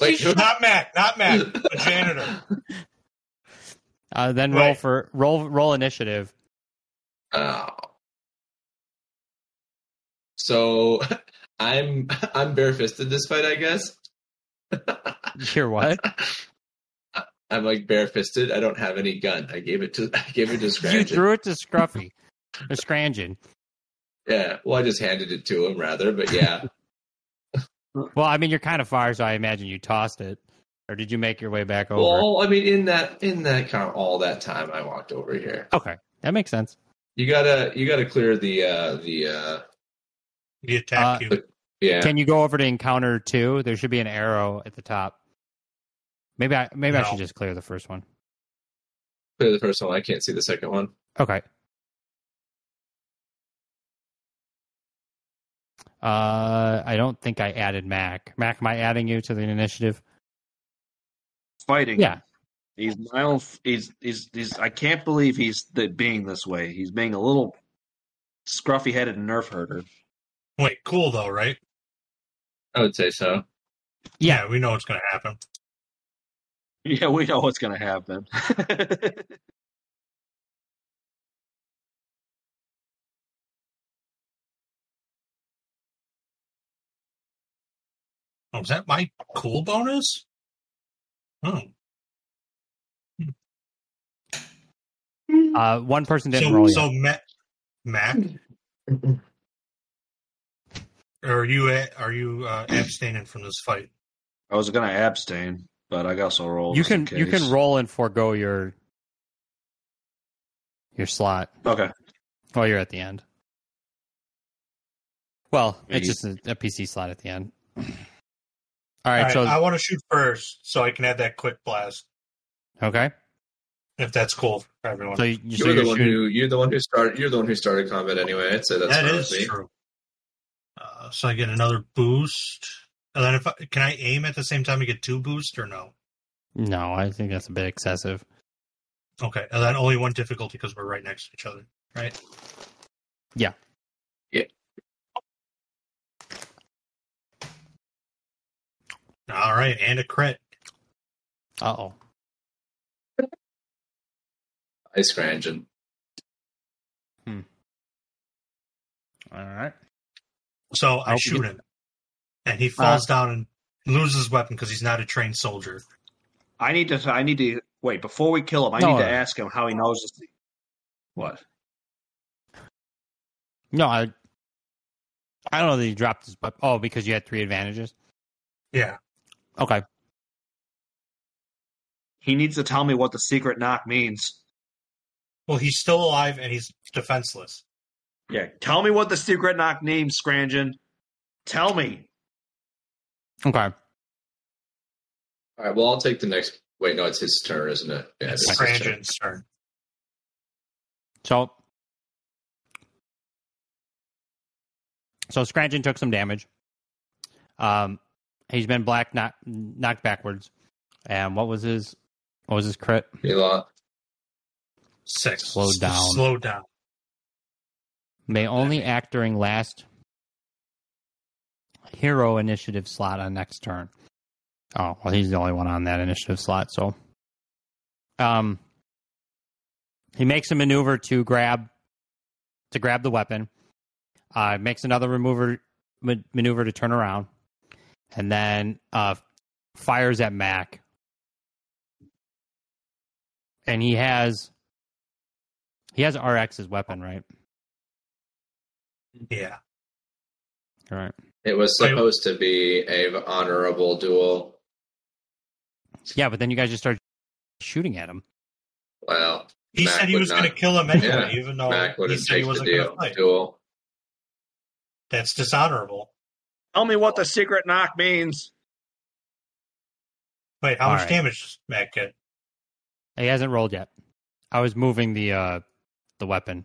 Wait, who- Not Mac. Not Mac. The janitor. Uh, then roll Right. for roll roll initiative. Oh. So I'm I'm barefisted this fight, I guess. You're what? I'm like barefisted. I don't have any gun. I gave it to I gave it to You Scranton. threw it to Scruffy or Scrangeon. yeah. Well, I just handed it to him rather, but yeah. Well, I mean, you're kind of far, so I imagine you tossed it, or did you make your way back over? well, I mean, in that in that kind of all that time, I walked over here. okay, that makes sense. You gotta you gotta clear the uh the uh He attacked Uh, you. yeah. Can you go over to encounter two? There should be an arrow at the top. Maybe I maybe I No. should just clear the first one. clear the first one. I can't see the second one. Okay. Uh, I don't think I added Mac. Mac, am I adding you to the initiative? Fighting? Yeah. He's my own. He's he's he's. I can't believe he's th- being this way. He's being a little scruffy-headed nerf herder. Wait, cool though, right? I would say so. Yeah, we know what's going to happen. Yeah, we know what's gonna happen. Oh, is that my cool bonus? Oh, Uh, one person didn't so roll so yet. Mac, Mac, are you a- are you uh, abstaining from this fight? I was gonna abstain, but I guess I'll roll. You just in can you case. can roll and forego your your slot Okay. while you're at the end. Well, it's Maybe. just a, a PC slot at the end. All right, All right, so I want to shoot first, so I can have that quick blast. okay, If that's cool for everyone, so, you, so you're you're the one shooting- who you're the one who started you're the one who started combat anyway. I'd say that's that fine is with me. true. Uh, so I get another boost, and then if I, can I aim at the same time and get two boosts or no? No, I think that's a bit excessive. Okay, and then only one difficulty because we're right next to each other, right? Yeah. Yeah. All right, and a crit. Uh oh. Ice Scranton. All right. So I Oh, shoot you- him, and Uh, he falls down and loses his weapon because he's not a trained soldier. I need to. I need to wait before we kill him. I No, uh, need to no. ask him how he knows. This. What? No, I. I don't know that he dropped his. But, oh, because you had three advantages. Yeah. Okay. He needs to tell me what the secret knock means. Well, he's still alive and he's defenseless. Yeah, tell me what the secret knock means, Scrangeon. Tell me. Okay. All right, well I'll take the next wait, no, it's his turn, isn't it? Yeah, It's it is his turn. Scranton's turn. So. So Scranton took some damage. Um, He's been black knock, knocked backwards. And what was his what was his crit? You lot. Six. Slow S- down. Slow down. May only act during last hero initiative slot on next turn. Oh well, he's the only one on that initiative slot, so um, he makes a maneuver to grab to grab the weapon. Uh, makes another maneuver maneuver to turn around, and then uh, fires at Mac. And he has he has RX's weapon, right? Yeah. All right. It was Wait. supposed to be a honorable duel. Yeah, but then you guys just start shooting at him. Well, He Mac said he would was going to not- kill him anyway, Yeah, even Oh, though Mac he wouldn't said he take the wasn't going to deal. fight. duel. That's dishonorable. Tell me what the secret knock means. Wait, how All much right. damage does Mac get? He hasn't rolled yet. I was moving the uh the weapon.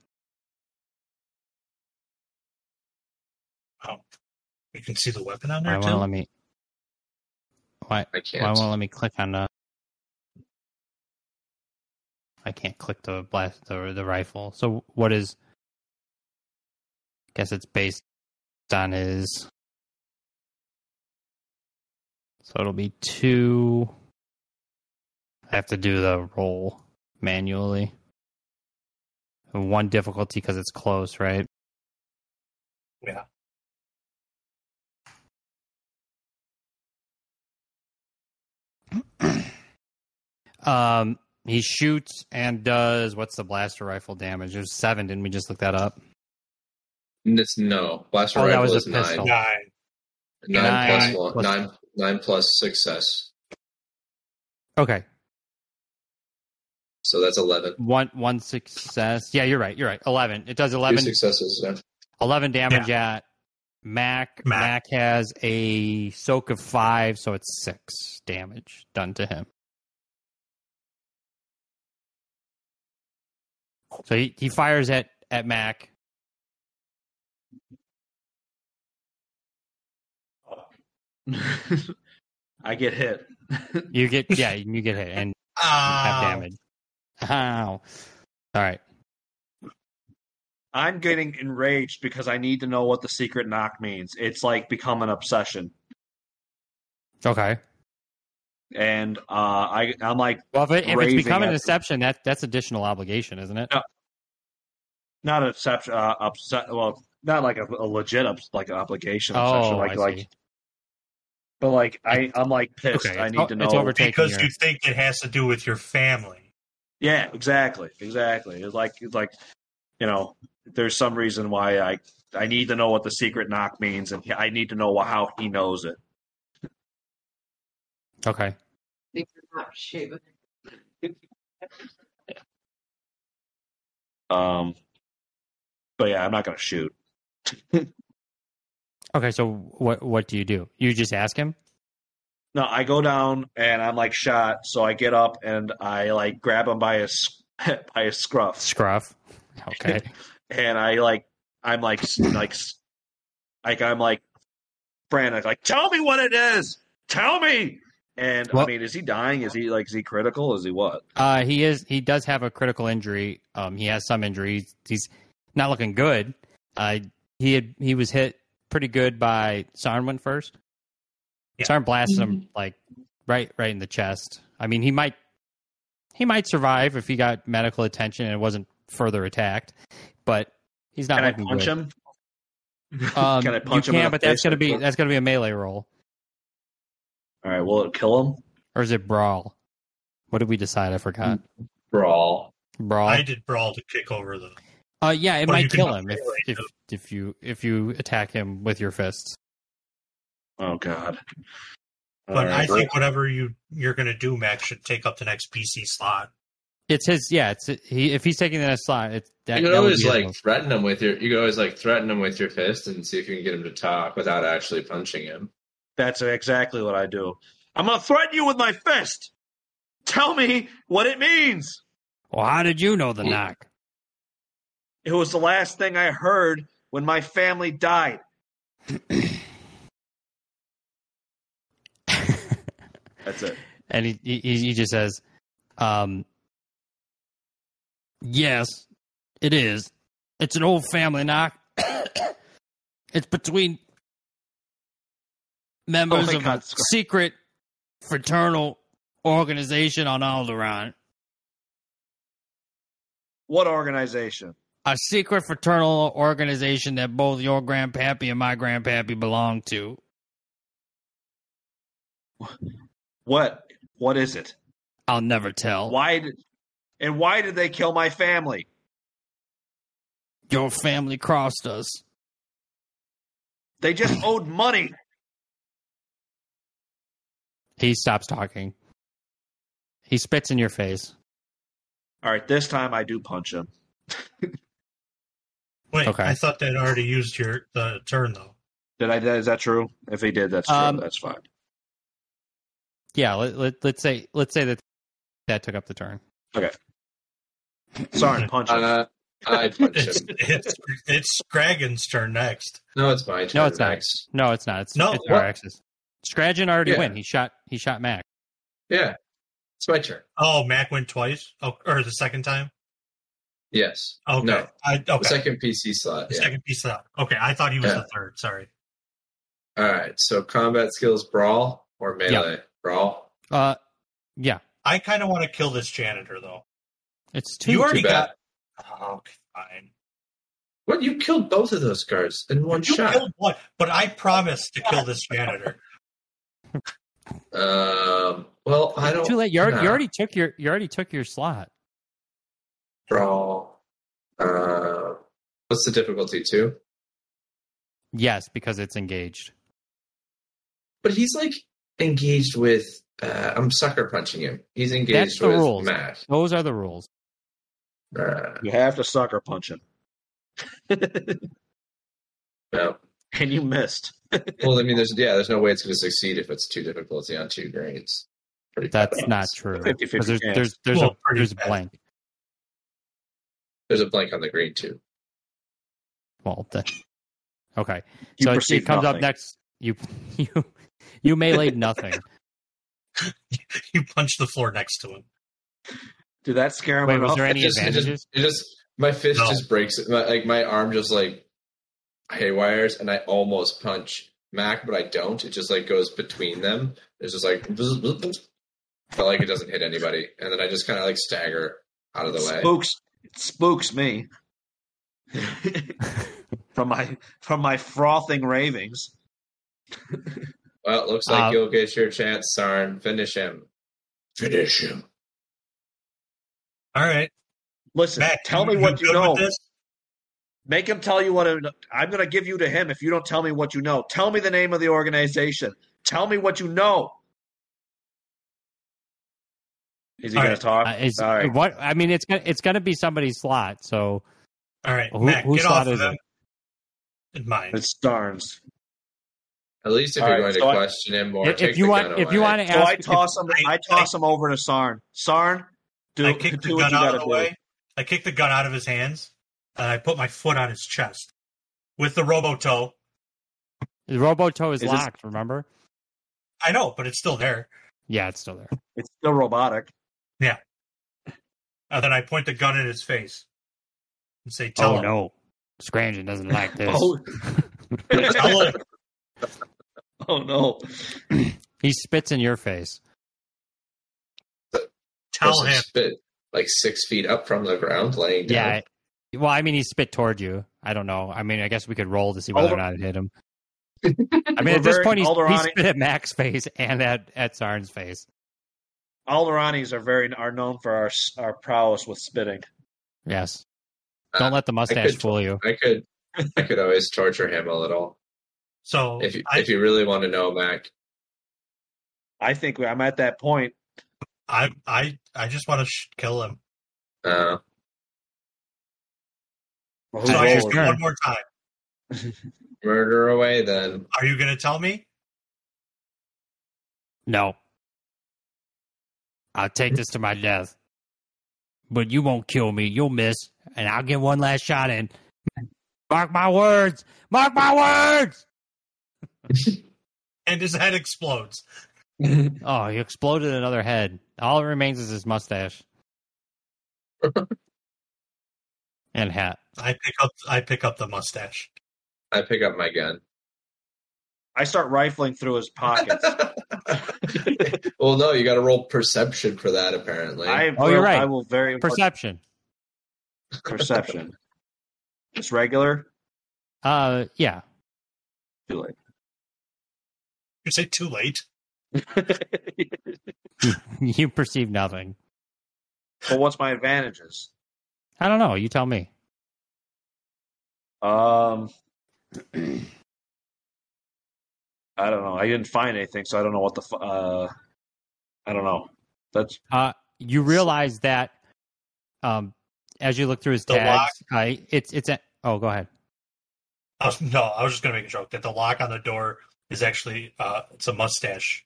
You can see the weapon on Why there, won't it too? let me? Why I why can't. won't it let me click on the? I can't click the blast the the rifle. So what is? Guess it's based on his. So it'll be two. I have to do the roll manually. One difficulty because it's close, right? Yeah. Um, he shoots and does what's the blaster rifle damage? There's seven. Didn't we just look that up? It's, no, blaster Oh, that rifle was a is nine. pistol. Nine. Nine, Nine plus one. plus- Nine, nine plus success. Okay, So that's eleven. one one success. Yeah, you're right. You're right. Eleven. It does Two eleven. successes. There. 11 damage at Mac. Mac. Mac. has a soak of five, so it's six damage done to him. So he, he fires at, at Mac. I get hit. You get yeah, you get hit and Ah. half damage. Ow. All right. I'm getting enraged because I need to know what the secret knock means. It's like become an obsession. Okay. And uh, I, I'm like, Well, if, it, if it's Raving become an at- deception, that that's additional obligation, isn't it? not an obsession, uh, upset. Well, not like a, a legit ups, like obligation obsession. Oh, Like, I see. like, but like I, I'm like pissed. Okay, I it's need o- to it's know. overta- taking Because your- you think it has to do with your family. Yeah, exactly, exactly. It's like, it's like, you know, there's some reason why I, I need to know what the secret knock means, and I need to know how he knows it. Okay. Things are not shoe. Um, but yeah, I'm not gonna shoot. Okay. So what what do you do? You just ask him. No, I go down and I'm like shot, so I get up and I like grab him by his by his scruff, Scruff. Okay. and I like I'm like s- like s- like I'm like frantic, like tell me what it is, tell me. And I Well- mean, is he dying? Is he like is he critical? Is he what? Uh, he is. He does have a critical injury. Um, he has some injuries. He's not looking good. Uh, he had he was hit pretty good by Sarn went first. Yeah. Sarn blasted him like right right in the chest. I mean, he might he might survive if he got medical attention and wasn't further attacked. But he's not Can I looking punch good. him? Um, Can I punch you him? can, in the but that's face? gonna be that's gonna be a melee roll all right. Will it kill him? or is it brawl? What did we decide? I forgot. Brawl. Brawl. I did brawl to kick over the. Uh, yeah, it Well, you can might kill knock him it if, away, if if you if you attack him with your fists. Oh God! All But I right. think whatever you you're going to do, Mac, should take up the next PC slot. It's his. Yeah, it's he. If he's taking that slot, it's that. you could that would always be his like move. threaten him with your. You could always like threaten him with your fist and see if you can get him to talk without actually punching him. That's exactly what I do. I'm gonna threaten you with my fist. Tell me what it means. Well, how did you know the knock? It was the last thing I heard when my family died. That's it. and he, he he just says, um, "Yes, it is. It's an old family knock. it's between members Oh my of God, a Scar- secret fraternal organization on Alderaan. What organization? A secret fraternal organization that both your grandpappy and my grandpappy belong to. What? What is it? I'll never tell. Why? Did, and why did they kill my family? Your family crossed us. They just owed money. He stops talking. He spits in your face. All right, this time I do punch him. Wait, Okay. I thought they'd already used your the turn though. Did I? Is that true? If he did, that's true. Um, that's fine. Yeah, let, let, let's say let's say that that took up the turn. Sorry, punch him. Uh, I punch It's him. it's it's Scraggan's turn next. No, it's my turn. No, it's not. next. No, it's not. It's No, it's what? our axis. Scraggin already Yeah. went. He shot he shot Mac. Yeah, it's my turn. Oh, Mac went twice. Oh, or the second time. Yes. Okay, No, I, okay. the second PC slot. The Yeah. second piece of that. Okay, I thought he was Yeah. the third. Sorry. All right. So combat skills brawl or melee brawl. Uh, yeah, I kind of want to kill this janitor though. it's two. You already Too bad. got. Oh, okay, fine. What you killed both of those guards in one you shot. killed one, but I promised to kill this janitor. Um. Well, I don't. Too late. You already, nah. you already took your you already took your slot. brawl. Uh, what's the difficulty too? Yes, because it's engaged. But he's like engaged with. Uh, I'm sucker punching him. He's engaged That's the with rules. Matt. Those are the rules. Uh, You have to sucker punch him. no. and you missed. Well, I mean, there's yeah, there's no way it's going to succeed if it's two difficulty on two grades. Pretty That's bad. not true. 50-50 'Cause There's chance. there's there's Well, a pretty there's a bad. blank. There's a blank on the green too. Well, the, okay. You so it, perceive comes up nothing. next. You you you meleeed nothing. You punched the floor next to him. Did that scare him Wait, was enough? there any it just, it advantages? just, it just my fist No. just breaks. it. My, like my arm just like haywires, and I almost punch Mac, but I don't. It just like goes between them. It's just like, but like it doesn't hit anybody, and then I just kind of like stagger out of the way. spooks it spooks me from my from my frothing ravings. Well, it looks like Uh, you'll get your chance, Sarn. Finish him. Finish him. All right, Listen, Mac. tell me what you good with know. this? Make him tell you what it, I'm going to give you to him if you don't tell me what you know. Tell me the name of the organization. Tell me what you know. Is he All going right. to talk? Uh, is, All right. What I mean, it's gonna it's gonna be somebody's slot. So All right, Who- Mac, whose get off thought of is him. And mine. It's Starnes. At least if All you're right, going to so I- question him or if, take if you the want gun if you away. want to So I ask, toss him. I, I- toss him over to Sarn. Sarn, do, I kicked do the gun what you out got of the to do. way. I kicked the gun out of his hands, and I put my foot on his chest with the robotoe. the Roboto is, Is this- locked. Remember? I know, but it's still there. Yeah, it's still there. It's still robotic. And then I point the gun in his face and say, "Tell oh him." no, Scranton doesn't like this. Oh. Tell him. oh no! He spits in your face. Tell Person him. Spit like six feet up from the ground, laying down. Yeah. Well, I mean, he spit toward you. I don't know. I mean, I guess we could roll to see whether or Alder- not it hit him. I mean, We're at this very point, he's, he Alderaan-y. spit at Mac's face and at at Sarn's face. Alderanis are very are known for our our prowess with spitting. Yes. Don't let the mustache could- fool you. I could I could always torture him a little. So If you I, if you really want to know, Mac. I think I'm at that point. I, I, I just want to sh- kill him. Uh, Who's So I Roll ask rolling? you again. one more time: murder away then. Are you going to tell me? No. I'll take this to my death. But you won't kill me. You'll miss, and I'll get one last shot in. Mark my words. Mark my words. And his head explodes. Oh, he exploded another head. All that remains is his mustache and hat. I pick up I pick up the mustache. I pick up my gun. I start rifling through his pockets. well, no, you got to roll perception for that. Apparently, I Oh, will, you're right. I will very Perception. perception. Just regular. Uh, yeah. Too late. You say too late. you perceive nothing. Well, what's my advantages? I don't know. You tell me. Um, I don't know. I didn't find anything, so I don't know what the. fu- Uh, I don't know. That's Uh, you realize that um, as you look through his The tags, I it's it's a, oh go ahead. I was- Oh, no, I was just gonna make a joke that the lock on the door is actually uh it's a mustache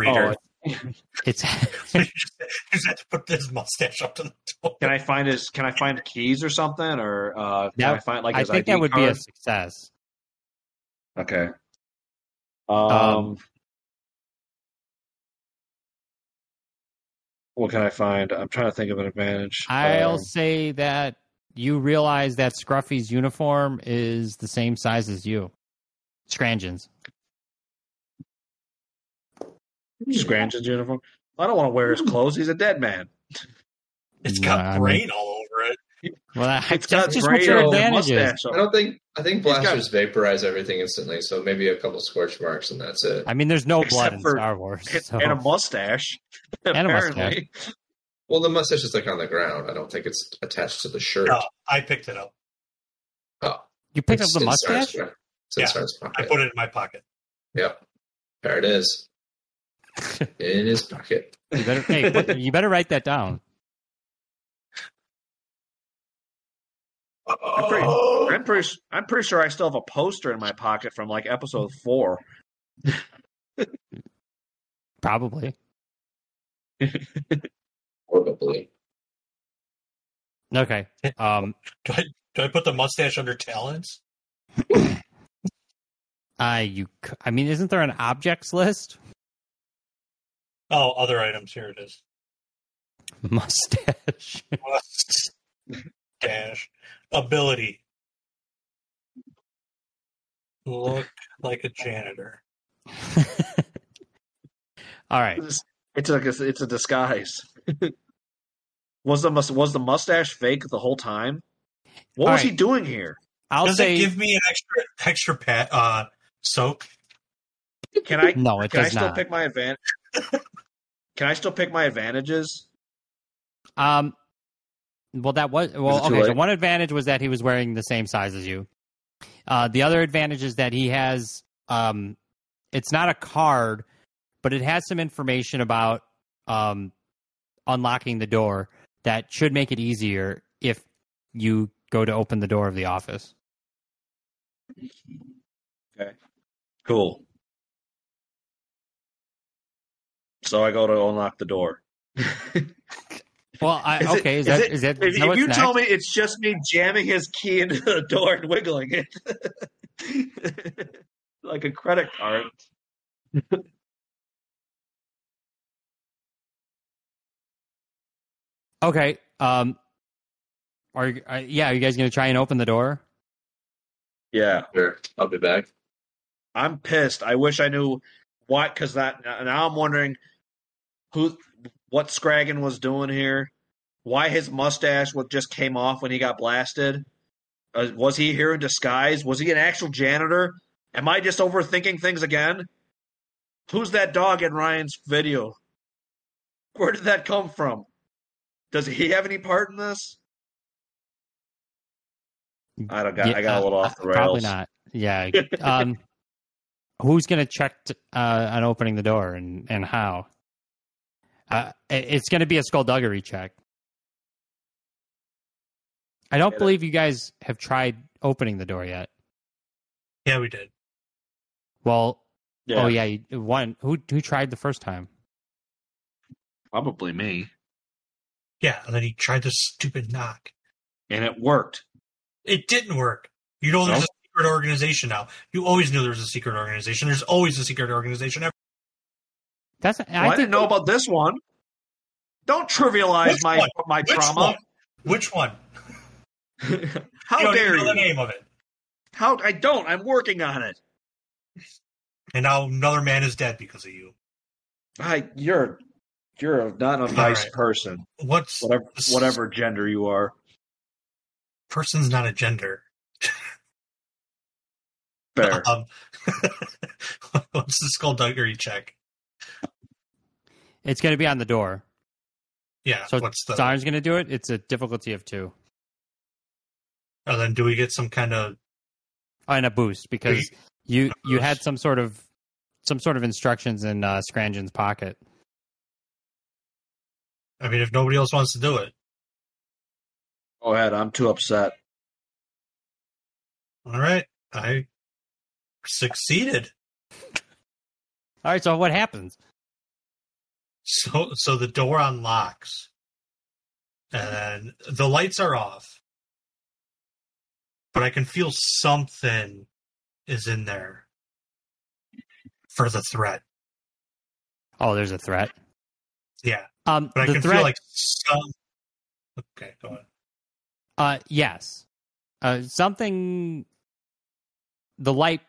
Oh, reader. It's you just have to put this mustache up to the door. Can I find his? Can I find keys or something? Or uh, can That- I find like I his think ID that would be a card? success. okay. Um, Um, what can I find? I'm trying to think of an advantage. I'll Um, say that you realize that Scruffy's uniform is the same size as you. Scrangeon's. Scrangeon's uniform. I don't want to wear his clothes. He's a dead man. It's Nah, I got mean- brain all over it. Well, I, that's It's got just braid what your over the advantage is. mustache. I don't think I think He's got- blasters vaporize everything instantly, so maybe a couple scorch marks and that's it. I mean, there's no blood Except in for- Star Wars. So. and a mustache. And a mustache. apparently. Well, the mustache is like on the ground. I don't think it's attached to the shirt. No, I picked it up. you picked up It's the in Sarah's mustache? pocket. It's in Yeah, Sarah's I pocket. put it in my pocket. Yep, there it is. in his pocket. You better, hey, what- you better write that down. pretty- I'm pretty. s- I'm pretty sure I still have a poster in my pocket from like episode four. Probably. Probably. Okay. Um, Do I, do I put the mustache under talons? I you. c- I mean, isn't there an objects list? Oh, other items. Here it is. Mustache. Mustache. Ability. Look like a janitor. All right. It's, it's like a, it's a disguise. was the mus- was the mustache fake the whole time? What All was right. he doing here? I'll Does say it give me an extra extra pat uh soak? Can I no. It can I does still not. pick my advantage? can I still pick my advantages? Um. Well, that was Is well. it too Okay, so late? one advantage was that he was wearing the same size as you. Uh, the other advantage is that he has um, it's not a card, but it has some information about um, unlocking the door that should make it easier if you go to open the door of the office. Cool. So I go to unlock the door. Well, I, Is it- okay, is, is that it- is that If, is that if what's you next? tell me it's just me jamming his key into the door and wiggling it like a credit card, Okay. Um. Are, you- uh, yeah? Are you guys gonna try and open the door? yeah, Sure. I'll be back. I'm pissed. I wish I knew why, because that now I'm wondering who, what Scraggin was doing here, why his mustache what just came off when he got blasted. Uh, was he here in disguise? Was he an actual janitor? Am I just overthinking things again? Who's that dog in Ryan's video? Where did that come from? Does he have any part in this? I don't got. I got Yeah, a little off uh, the rails. Probably not. Yeah. Um. who's gonna check t- uh, on opening the door and and how? Uh, it- it's gonna be a skullduggery check. I don't Yeah. believe you guys have tried opening the door yet. Yeah, we did. Well, oh yeah, you, one who who tried the first time. probably me. Yeah, and then he tried this stupid knock. and it worked. It didn't work. You know there's No? a secret organization now. You always knew there was a secret organization. There's always a secret organization. That's Well, I, I, didn't know about this one. Don't trivialize Which my one? my Which trauma. one? Which one? How you don't dare even know the you? name of it. How I don't. I'm working on it. And now another man is dead because of you. I you're you're not a nice right. person. What's Whatever whatever gender you are. person's not a gender? Fair. Um, what's the skullduggery check? It's going to be on the door. Yeah. So what's the? Siren's going to do it. It's a difficulty of two And then do we get some kind of? Oh, and a boost because you you had some sort of some sort of instructions in uh, Scrangen's pocket. I mean, if nobody else wants to do it, Go ahead. I'm too upset. all right. I succeeded. All right. So what happens? So so the door unlocks, and the lights are off, but I can feel something is in there for the threat. Oh, there's a threat. Yeah, Um, but I the can threat. feel like some. Okay, go on. Uh, yes. Uh, something. The light.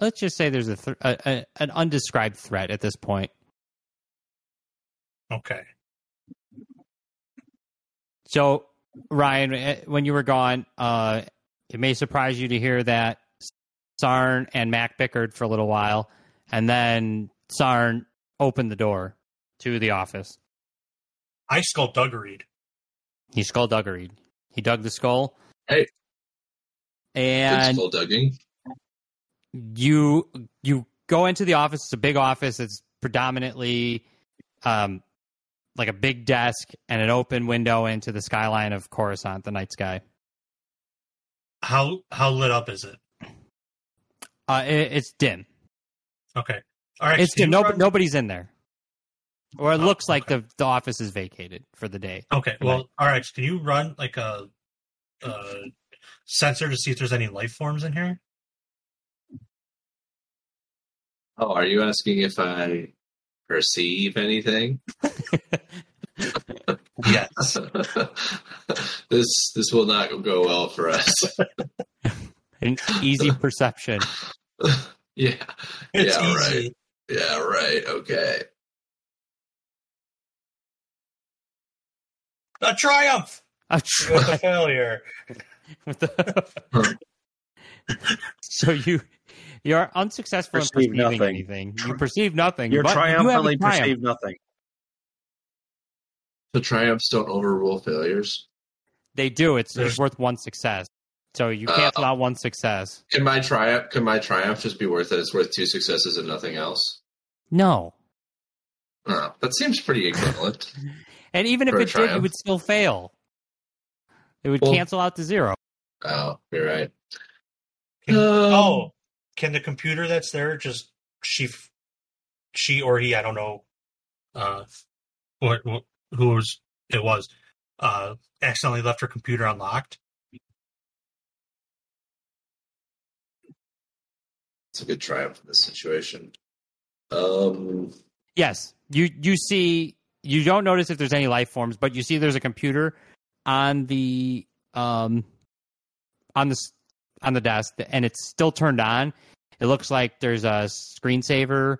Let's just say there's a, thr a, a an undescribed threat at this point. Okay, So Ryan, eh, when you were gone, uh, it may surprise you to hear that Sarn and Mac bickered for a little while, and then Sarn opened the door to the office. I skullduggery. He skullduggered. He dug the skull. Hey. Good And skull dugging. you you go into the office it's a big office it's predominantly um like a big desk and an open window into the skyline of Coruscant the night sky How how lit up is it? uh it, it's dim Okay, all right. it's can dim you no, run- nobody's in there or it Oh, looks like the the office is vacated for the day Okay, well, RX, can you run like a, uh sensor to see if there's any life forms in here? Oh, are you asking if I perceive anything? Yes. this this will not go well for us. an easy perception yeah. It's Yeah, easy. Yeah, right. Okay. A triumph a with try a failure. with the so you you're unsuccessful Perceive in perceiving nothing. anything you perceive nothing You're but you have a triumphantly triumph. perceive nothing. So triumphs don't overrule failures. They do. It's There's- it's worth one success. So you cancel out one success. Can my triumph can my triumph just be worth it? It's worth two successes and nothing else. No. Oh, that seems pretty equivalent. And even if For a it did, you triumph. would still fail. It would Well- cancel out to zero. oh, you're right. Can- Um, oh, can the computer that's there just she, f- she or he? I don't know. Uh, what, what who was it was? Uh, accidentally left her computer unlocked. It's a good triumph in this situation. Um, Yes. You you see you don't notice if there's any life forms, but you see there's a computer on the um on the s- on the desk and it's still turned on. It looks like there's a screensaver.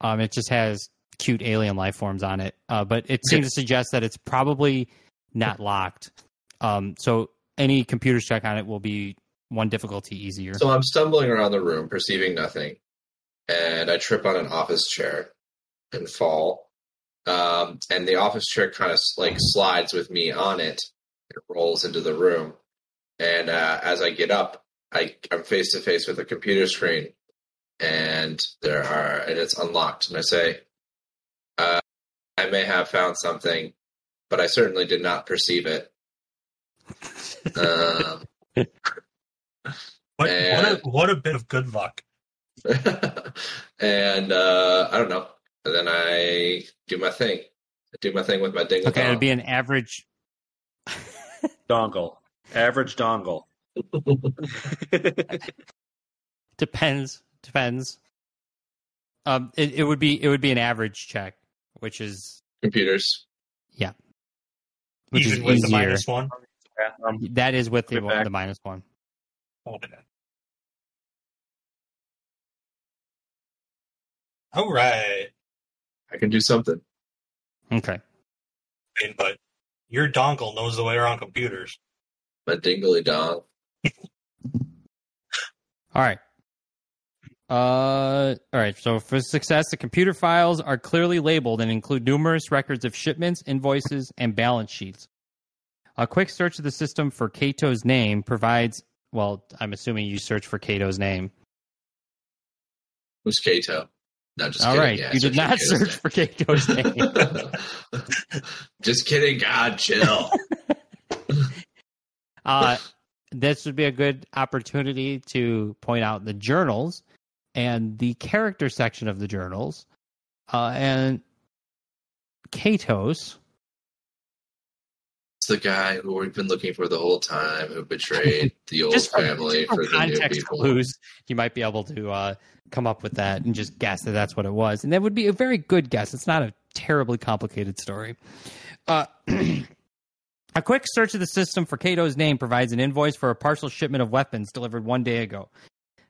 Um it just has cute alien life forms on it. Uh but it seems to suggest that it's probably not locked. Um so any computer's check on it will be one difficulty easier. so I'm stumbling around the room, perceiving nothing, and I trip on an office chair and fall. Um, and the office chair kind of like slides with me on it. It rolls into the room, and uh, as I get up, I, I'm face to face with a computer screen, and there are and it's unlocked. And I say, uh, "I may have found something, but I certainly did not perceive it." um, What And- what a, what a bit of good luck. and uh, I don't know. And then I do my thing. I do my thing with my ding. okay, it'd be an average Dongle. Average dongle. depends depends. Um, it, it would be it would be an average check, which is computers. which Even is with easier. the minus one. Bathroom. That is with the, Put it back. the minus one. Hold it. All right, I can do something. Okay. I mean, but your dongle knows the way around computers. My dingly dong. All right. Uh, all right. So for success, the computer files are clearly labeled and include numerous records of shipments, invoices, and balance sheets. A quick search of the system for Kato's name provides. Well, I'm assuming you search for Kato's name. Who's Kato? No, just All kidding. right, Yeah, I you did not searched for search for Kato's name. Kato's name. just kidding. God, chill. Uh, this would be a good opportunity to point out the journals and the character section of the journals. Uh, and Katos, It's the guy who we've been looking for the whole time who betrayed the old just for, family just for for the new context people. clues, you might be able to uh, come up with that and just guess that that's what it was. And that would be a very good guess. It's not a terribly complicated story. Uh, a quick search of the system for Kato's name provides an invoice for a partial shipment of weapons delivered one day ago,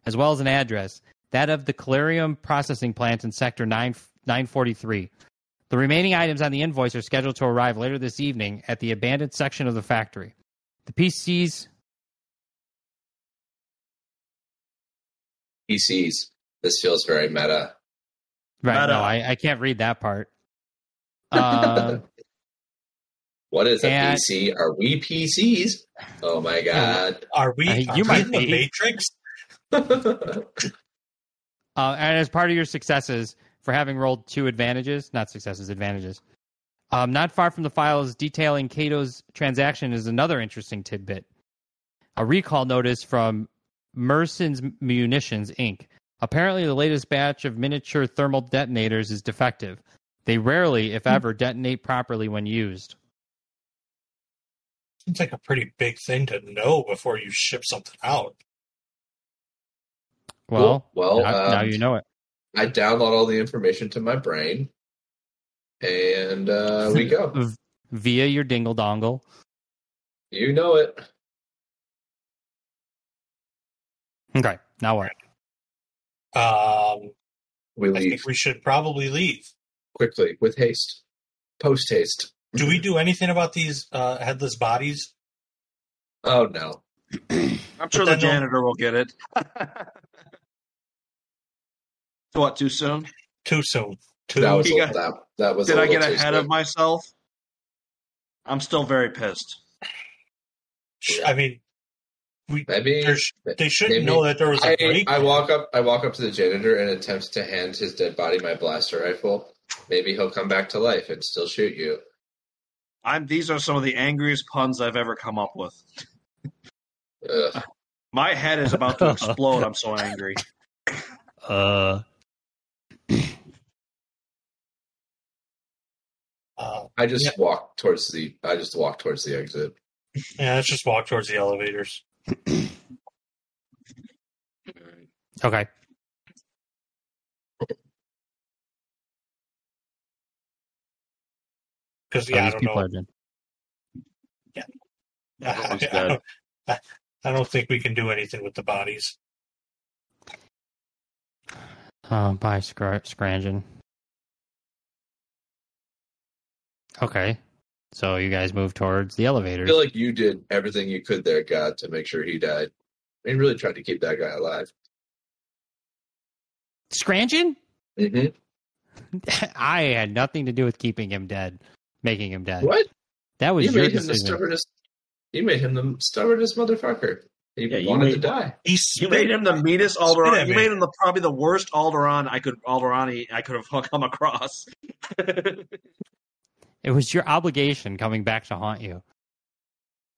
as well as an address, that of the Calarium processing plant in Sector 9, 943. The remaining items on the invoice are scheduled to arrive later this evening at the abandoned section of the factory. The PCs PCs. This feels very meta. Right. Meta. No, I, I can't read that part. Uh, What is a And- PC? Are we PCs? Oh my god. Are we? Uh, are we you might in the be. Matrix. uh, and as part of your successes for having rolled two advantages, not successes, advantages. Um, not far from the files detailing Cato's transaction is another interesting tidbit. A recall notice from Merson's Munitions, Inc. Apparently, the latest batch of miniature thermal detonators is defective. They rarely, if ever, detonate properly when used. Seems like a pretty big thing to know before you ship something out. Well, Well, now, um, now you know it. I download all the information to my brain. And uh, we go. V- via your dingle dongle. You know it. Okay, now what? Um, We I leave think we should probably leave. quickly with haste. Post haste. Do we do anything about these uh, headless bodies? Oh no. I'm sure the But then they'll- janitor will get it. what? Too soon? Too soon. Too. That was a, He got- that, that was Did a I little get too ahead soon. of myself? I'm still very pissed. I mean, we Maybe there's- they shouldn't Maybe. know that there was a I, break. I walk up. I walk up to the janitor and attempt to hand his dead body my blaster rifle. Maybe he'll come back to life and still shoot you. I'm. These are some of the angriest puns I've ever come up with. Ugh. My head is about to explode. I'm so angry. Uh, Uh, I just walk towards the. I just walk towards the exit. yeah, let's just walk towards the elevators. okay. Because So yeah, I these don't people know. are dead. Everyone's I, dead. don't- I, I don't think we can do anything with the bodies. Oh, bye, Scr- Scrangin. Okay, so you guys move towards the I elevators. feel like you did everything you could there, God, to make sure he died. He really tried to keep that guy alive. Scrangin? hmm I had nothing to do with keeping him dead, making him dead. What? That was You your made him the decision. stubbornest. You made him the stubbornest motherfucker. He Yeah, you wanted to made- die. He You spit- made him the meanest Alderon. Yeah, you man. made him the probably the worst Alderon I could Alderani I could have come across. It was your obligation coming back to haunt you.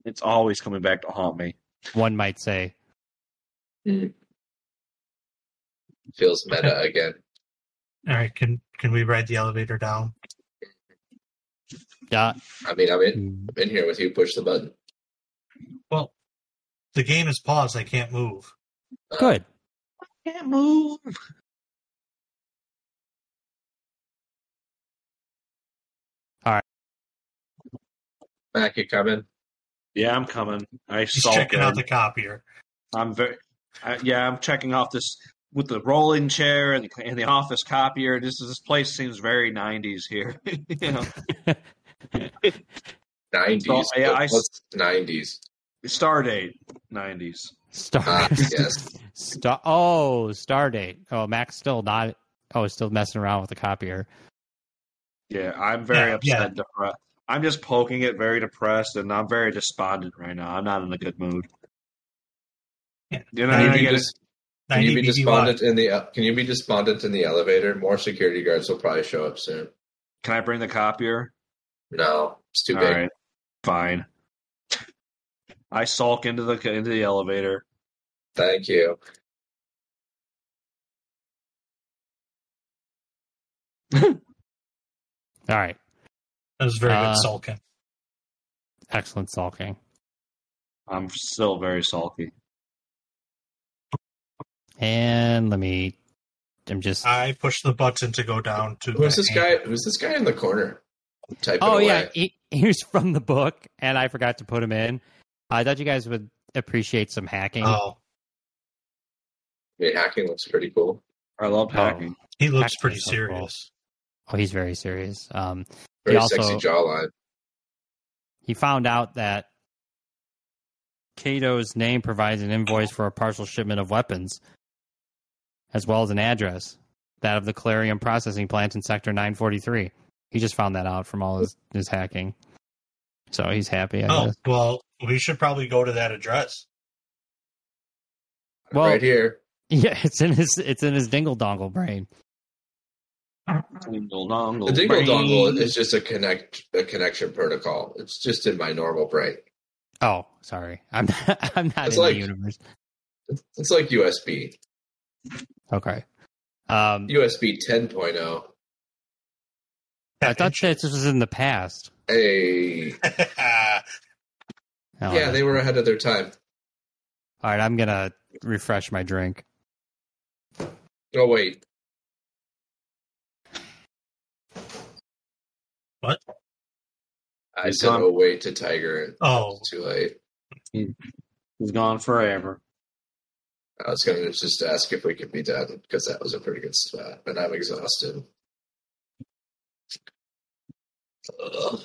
it's always coming back to haunt me. One might say. Feels meta again. All right, can can we ride the elevator down? Yeah. I mean, I'm in, I'm in here with you. Push the button. Well, the game is paused. I can't move. Good. Can't move. Mac, you coming? Yeah, I'm coming. I He's saw checking that. out the copier. I'm very, I, yeah, I'm checking off this with the rolling chair and the, and the office copier. This is- this place seems very 90s here. you know, Nineties. yeah, I- What's nineties? Stardate 90s. Star. Ah, yes. Star. Oh, Stardate. Oh, Mac's still not. Oh, still messing around with the copier. Yeah, I'm very Yeah, upset. depre- I'm just poking it, very depressed, and I'm very despondent right now. I'm not in a good mood. Yeah. You know, Uh, Can you I be, get dis- can 90 you be BBY. despondent in the uh, Can you be despondent in the elevator? More security guards will probably show up soon. can I bring the copier? No, it's too All big. right, fine. I sulk into the into the elevator. Thank you. All right. That was very Uh, good sulking. Excellent sulking. I'm still very sulky. And let me. I'm just. I pushed the button to go down to. Who's the this guy? Who's this guy in the corner? Typing oh away. yeah, he, he was from the book, and I forgot to put him in. I thought you guys would appreciate some hacking. Oh, I mean, hacking looks pretty cool. I love Oh. hacking. he looks pretty Actually, so cool. serious. Oh, he's very serious. Um, He Very also- sexy jawline. he found out that Cato's name provides an invoice for a partial shipment of weapons, as well as an address, that of the Clarion processing plant in Sector 943. He just found that out from all his, his hacking. So he's happy. I Oh guess. well, we should probably go to that address. Well- right here. Yeah, it's in his it's in his dingle dongle brain. Dingle dongle. The dingle brain. dongle is just a connect a connection protocol. It's just in my normal brain. Oh, sorry, I'm not, I'm not It's in like- the universe. It's, it's like USB. Okay. Um, USB 10.0. I thought that this was in the past. Hey. Oh, Yeah, they were ahead of their time. All right, I'm gonna refresh my drink. Oh wait. What? I It's said gone. oh wait to Tiger. oh, It's too late. He's gone forever. I was gonna just ask if we could be done because that was a pretty good spot, but I'm exhausted. Ugh.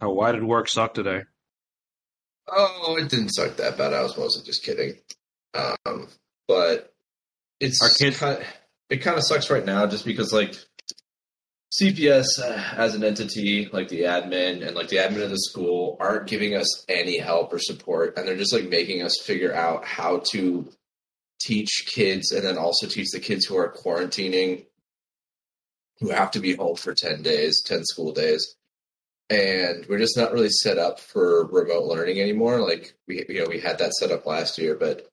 Oh, why did work suck today? Oh, it didn't suck that bad. I was mostly just kidding. Um, but it's Our kids- kind it kind of sucks right now just because like CPS uh, as an entity, like the admin and like the admin of the school aren't giving us any help or support and they're just like making us figure out how to teach kids and then also teach the kids who are quarantining who have to be home for 10 days, 10 school days and we're just not really set up for remote learning anymore. Like we, you know, we had that set up last year, but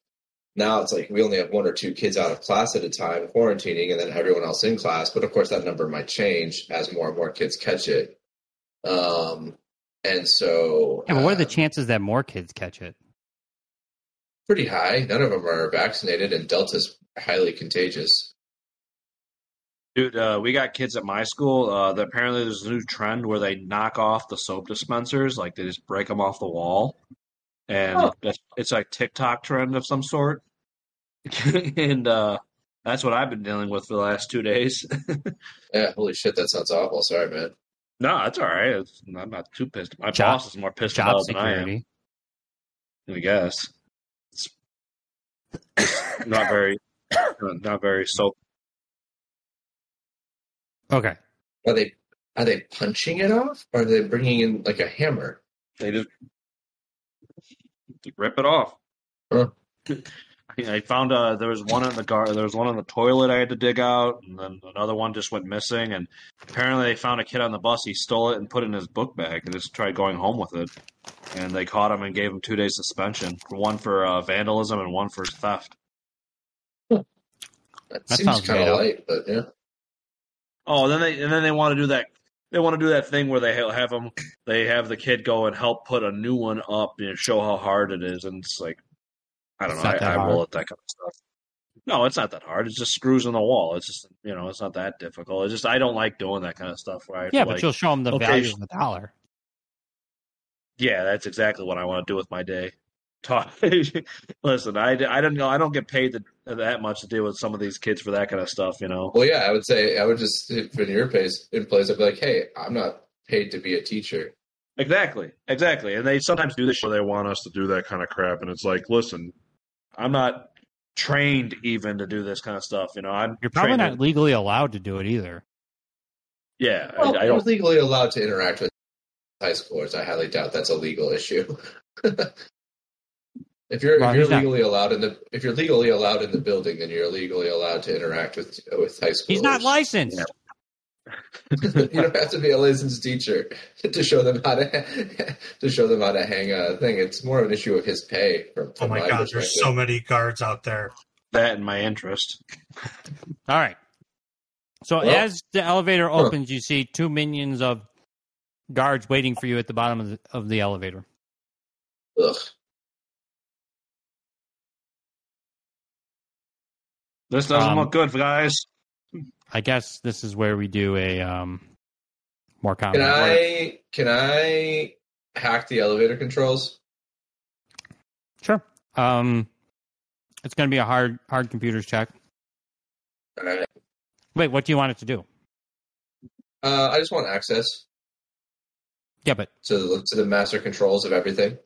now it's like we only have one or two kids out of class at a time quarantining, and then everyone else in class. But of course, that number might change as more and more kids catch it. Um, and so, Yeah, but what are the uh, chances that more kids catch it? pretty high? None of them are vaccinated, and Delta's highly contagious. Dude, uh, we got kids at my school. Uh, that apparently there's a new trend where they knock off the soap dispensers, like they just break them off the wall, and Oh. that's, it's like TikTok trend of some sort. and uh, that's what I've been dealing with for the last two days. Yeah, Eh, holy shit, that sounds awful. Sorry, man. no, that's all right. It's, I'm not too pissed. My Job- boss is more pissed Job about it than I am. security. I guess. It's not very, not very soap. Okay. Are they are they punching it off? Or are they bringing in like a hammer? They just rip it off. Huh. I found uh, there was one in the gar- there was one in the toilet I had to dig out, and then another one just went missing. And apparently, they found a kid on the bus. He stole it and put it in his book bag, and just tried going home with it. And they caught him and gave him two days suspension, one for uh, vandalism and one for theft. That, That seems sounds kind made of up. light, but yeah. Oh, then they and then they want to do that. They want to do that thing where they ha- have them. They have the kid go and help put a new one up and show how hard it is. And it's like, I don't It's know. not I, that I roll hard. at that kind of stuff. No, it's not that hard. It's just screws in the wall. It's just you know, it's not that difficult. It's just I don't like doing that kind of stuff. Right? Yeah, but you'll show them the okay, value sh- of the dollar. yeah, that's exactly what I want to do with my day. Talk. Listen, I, I don't know. I don't get paid to, that much to deal with some of these kids for that kind of stuff. You know. Well, yeah, I would say I would just if in your place in place, I'd be like, hey, I'm not paid to be a teacher. Exactly, exactly. And they sometimes do this shit. They want us to do that kind of crap, and it's like, listen, I'm not trained even to do this kind of stuff. You know, I'm You're probably trained not in- legally allowed to do it either. yeah, I- Well, I you're don't. legally allowed to interact with high schoolers. I highly doubt that's a legal issue. if you're Well, if you're he's not- legally allowed in the if you're legally allowed in the building, then you're legally allowed to interact with with high schoolers. He's not licensed. you don't have to be a licensed teacher to show them how to to show them how to hang a thing. It's more of an issue of his pay. From, Oh from my god, perspective. there's so many guards out there. that in my interest. All right. So Well- as the elevator opens, you see two minions of guards waiting for you at the bottom of the, of the elevator. Ugh. This doesn't Um, look good, guys. I guess this is where we do a um, more common. Can word. I can I hack the elevator controls? Sure. Um, it's going to be a hard hard computers check. All right. Wait, what do you want it to do? Uh, I just want access Yeah, but to the, to the master controls of everything.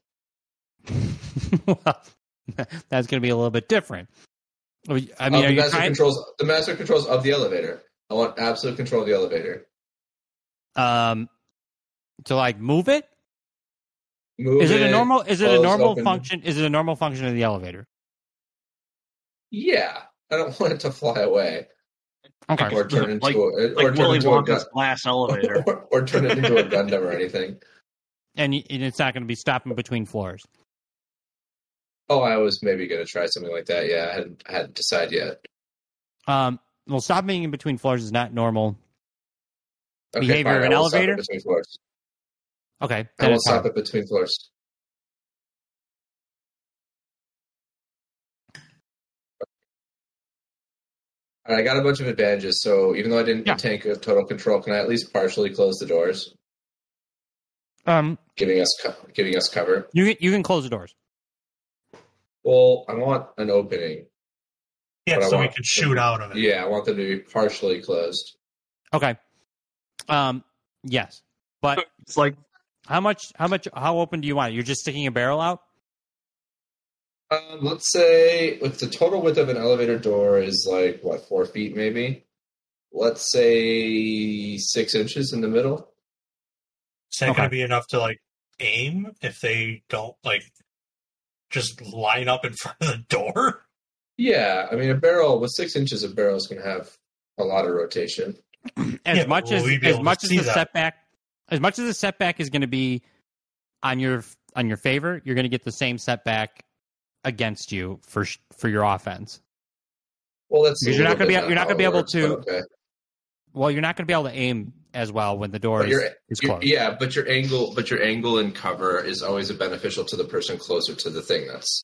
well, that's going to be a little bit different. I mean, Uh, are the you master trying? controls the master controls of the elevator. I want absolute control of the elevator. um, to like move it? Move Is it a normal? Is it a close, normal open. function? Is it a normal function of the elevator? Yeah, I don't want it to fly away Okay. or turn into Like- a, or Like turn Willy into a gun Wonka's glass elevator. or, or turn it into a Gundam or anything. and, y- and it's not going to be stopping between floors. Oh, I was maybe gonna try something like that. Yeah, I hadn't I hadn't decided yet. Um, well, stopping in between floors is not normal. Okay, Behavior of fine, an I won't stop it elevator? between floors. Okay, I then won't it's stop hard. it between floors. All right, I got a bunch of advantages, so even though I didn't Yeah. take total control, can I at least partially close the doors, Um, giving us co- giving us cover? you can, you can close the doors. Well, I want an opening. Yeah, But I so we want- can shoot out of it. Yeah, I want them to be partially closed. Okay. Um, yes, but It's like how much? How much? How open do you want it? You're just sticking a barrel out. Um, let's say if the total width of an elevator door is like what four feet, maybe. Let's say six inches in the middle. Is that Okay. gonna be enough to like aim if they don't like just line up in front of the door? Yeah, I mean, a barrel with six inches of barrels can have a lot of rotation. As Yeah, much will as we be as able to much as see the that? setback, as much as the setback is going to be on your on your favor, you're going to get the same setback against you for sh- for your offense. Well, that's a Because you're not little gonna be- bit you're not how gonna be it able works, to- but okay. Well, you're not going to be able to aim as well when the door But is, you're- is You- closed. yeah, but your angle, but your angle and cover is always beneficial to the person closer to the thing. That's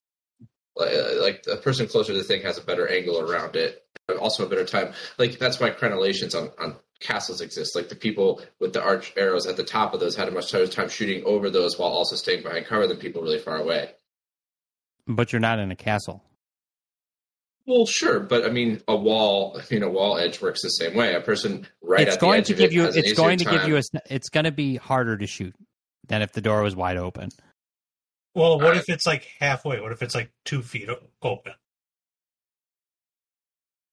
like, like the person closer to the thing has a better angle around it, but also a better time. Like that's why crenellations on, on castles exist. Like the people with the arch arrows at the top of those had a much harder time shooting over those while also staying behind cover than people really far away. But you're not in a castle. Well, sure, but I mean, a wall, you know, wall edge works the same way. A person right it's at the going edge to of give it you has an it's easier going to give time. you a s- it's going to be harder to shoot than if the door was wide open Well, what Alright. if it's like halfway? What if it's like two feet o- open?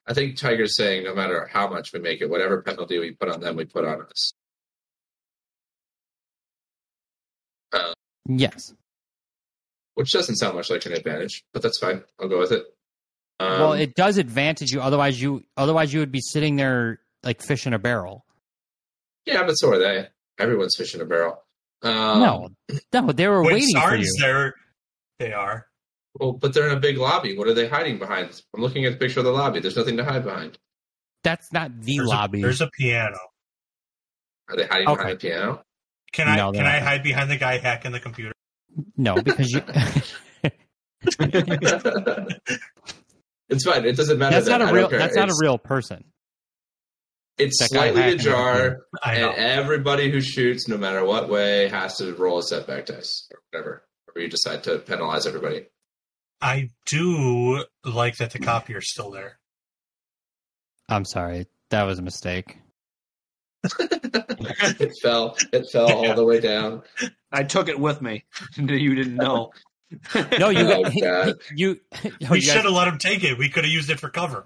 I think Tiger's saying no matter how much we make it, whatever penalty we put on them, we put on us. yes Which doesn't sound much like an advantage, but that's fine. I'll go with it. Um, well it does advantage you otherwise you otherwise you would be sitting there like fish in a barrel yeah, but so are they. Everyone's fishing a barrel. Um, no no they were when waiting for Sarn's you there, they are. Well, but they're in a big lobby. What are they hiding behind? I'm looking at the picture of the lobby. There's nothing to hide behind. that's not the There's a- lobby there's a piano. Are they hiding Okay. behind the piano? Can I No, they're can I not. hide behind the guy hacking the computer? no because you it's fine. It doesn't matter. that's then. not I a don't real care. that's not a It's- real person It's That guy slightly hacking ajar, I and know. everybody who shoots, no matter what way, has to roll a setback dice or whatever. Or you decide to penalize everybody. I do like that the copier's still there. I'm sorry, that was a mistake. it fell. It fell all the way down. I took it with me. you didn't know. No, you Oh, got, God. you. we Oh, you guys- should have let him take it. We could have used it for cover.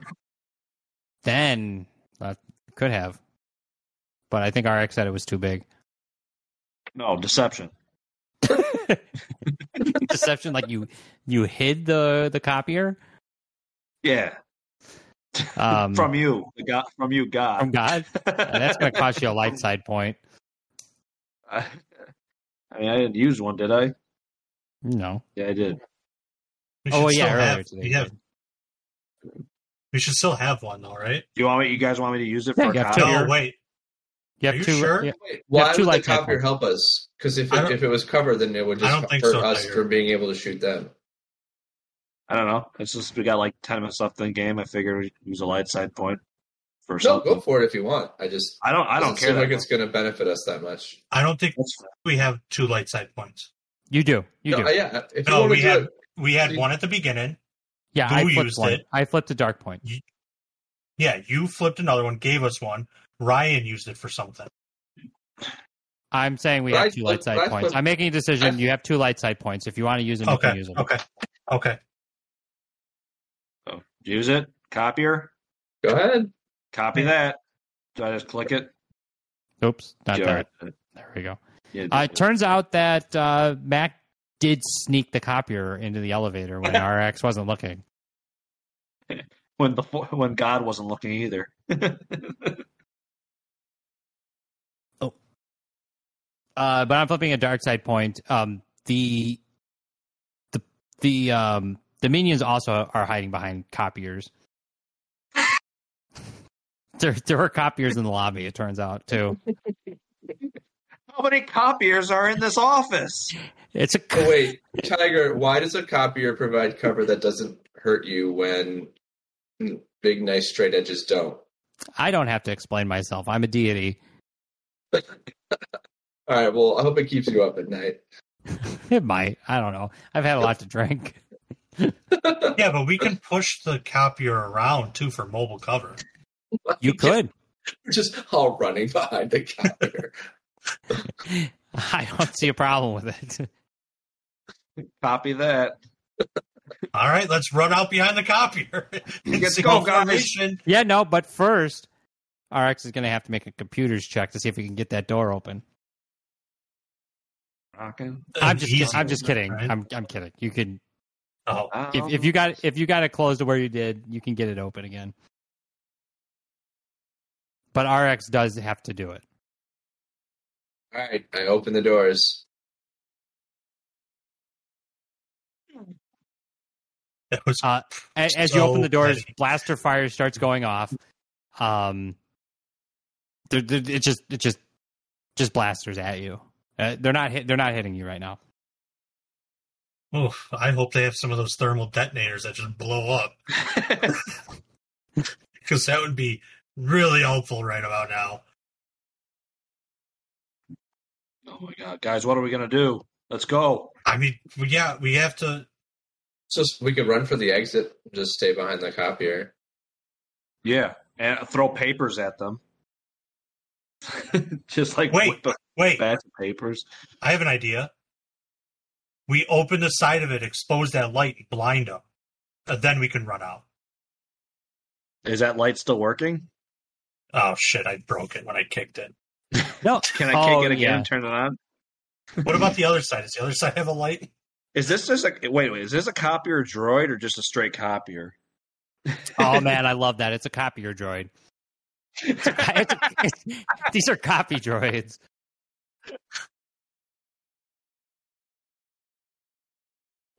then uh, could have, but I think RX said it was too big. No, deception. Deception, like you you hid the the copier Yeah, um, from you, the God, from you, God. from God. Uh, that's going to cost you a light side point. I mean, I didn't use one, did I? No. Yeah, I did. We should Oh still yeah, earlier have, today. we have- we should still have one though, right? You want me? You guys want me to use it Yeah, for you a have copy? two. No, Here. wait. You have Are you two. sure? yeah. Wait, why two would the light type copier ones. help us? Because if I it, don't- if it was covered, then it would I just don't hurt think so, us Tiger. for being able to shoot them. I don't know. It's just we got like ten minutes left in the game. I figured we use a light side point for No, something. go for it if you want. I just I don't. I don't doesn't care. Seem That like it's going to benefit us that much. I don't think much. That's- we have two light side points. You do. You no, do. uh, yeah. If No, you want we to do had- it, We had one at the beginning. yeah, Who I flipped used one. it? I flipped a dark point. Yeah, you flipped another one, gave us one. Ryan used it for something. I'm saying we But I have two light flipped- but side I points. flipped- I'm making a decision. I- you have two light side points. If you want to use them, you can Okay, use them. okay, okay. oh, use it. Copier. go ahead. Copy that. Do I just click it? Oops, not Yeah, there. There we go. yeah. Uh, it turns out that uh, Mac did sneak the copier into the elevator when RX wasn't looking. when before when God wasn't looking either. Uh, but I'm flipping a dark side point. Um, the the the um, the minions also are hiding behind copiers. there there were copiers in the lobby. It turns out too. How many copiers are in this office? It's a But Oh, wait, Tiger, why does a copier provide cover that doesn't hurt you when big, nice straight edges don't? I don't have to explain myself. I'm a deity. All right. Well, I hope it keeps you up at night. It might. I don't know. I've had a lot to drink. Yeah, but we can push the copier around too for mobile cover. You could. Just all running behind the copier. I don't see a problem with it. Copy that. All right, let's run out behind the copier. Let's Signal go, guys. formation. Yeah, no, but first, RX is going to have to make a computer's check to see if we can get that door open. Rocking. I'm just, He's- I'm just kidding. right? I'm, I'm kidding. You can, Oh, if, if you got, if you got it closed to where you did, you can get it open again. But RX does have to do it. all right. I open the doors. that was Uh, A- As, you So open the doors, petty. blaster fire starts going off. Um, they're, they're- it just, it just, just blasters at you. Uh, they're not hit. They're not hitting you right now. Oof, I hope they have some of those thermal detonators that just blow up because that would be really helpful right about now. oh my God, guys, what are we gonna do? Let's go. I mean, we- yeah, we have to. Just we could run for the exit. Just stay behind the copier. Yeah, and throw papers at them. Just like Wait. with the Wait, batch of papers. I have an idea. We open the side of it, expose that light, and blind them. And then we can run out. Is that light still working? Oh shit! I broke it when I kicked it. No, Can I Oh, kick it again yeah. and turn it on? What about the other side? Does the other side have a light? Is this just a wait? Wait, is this a copier droid or just a straight copier? oh man, I love that. It's a copier droid. It's a- it's- these are copy droids.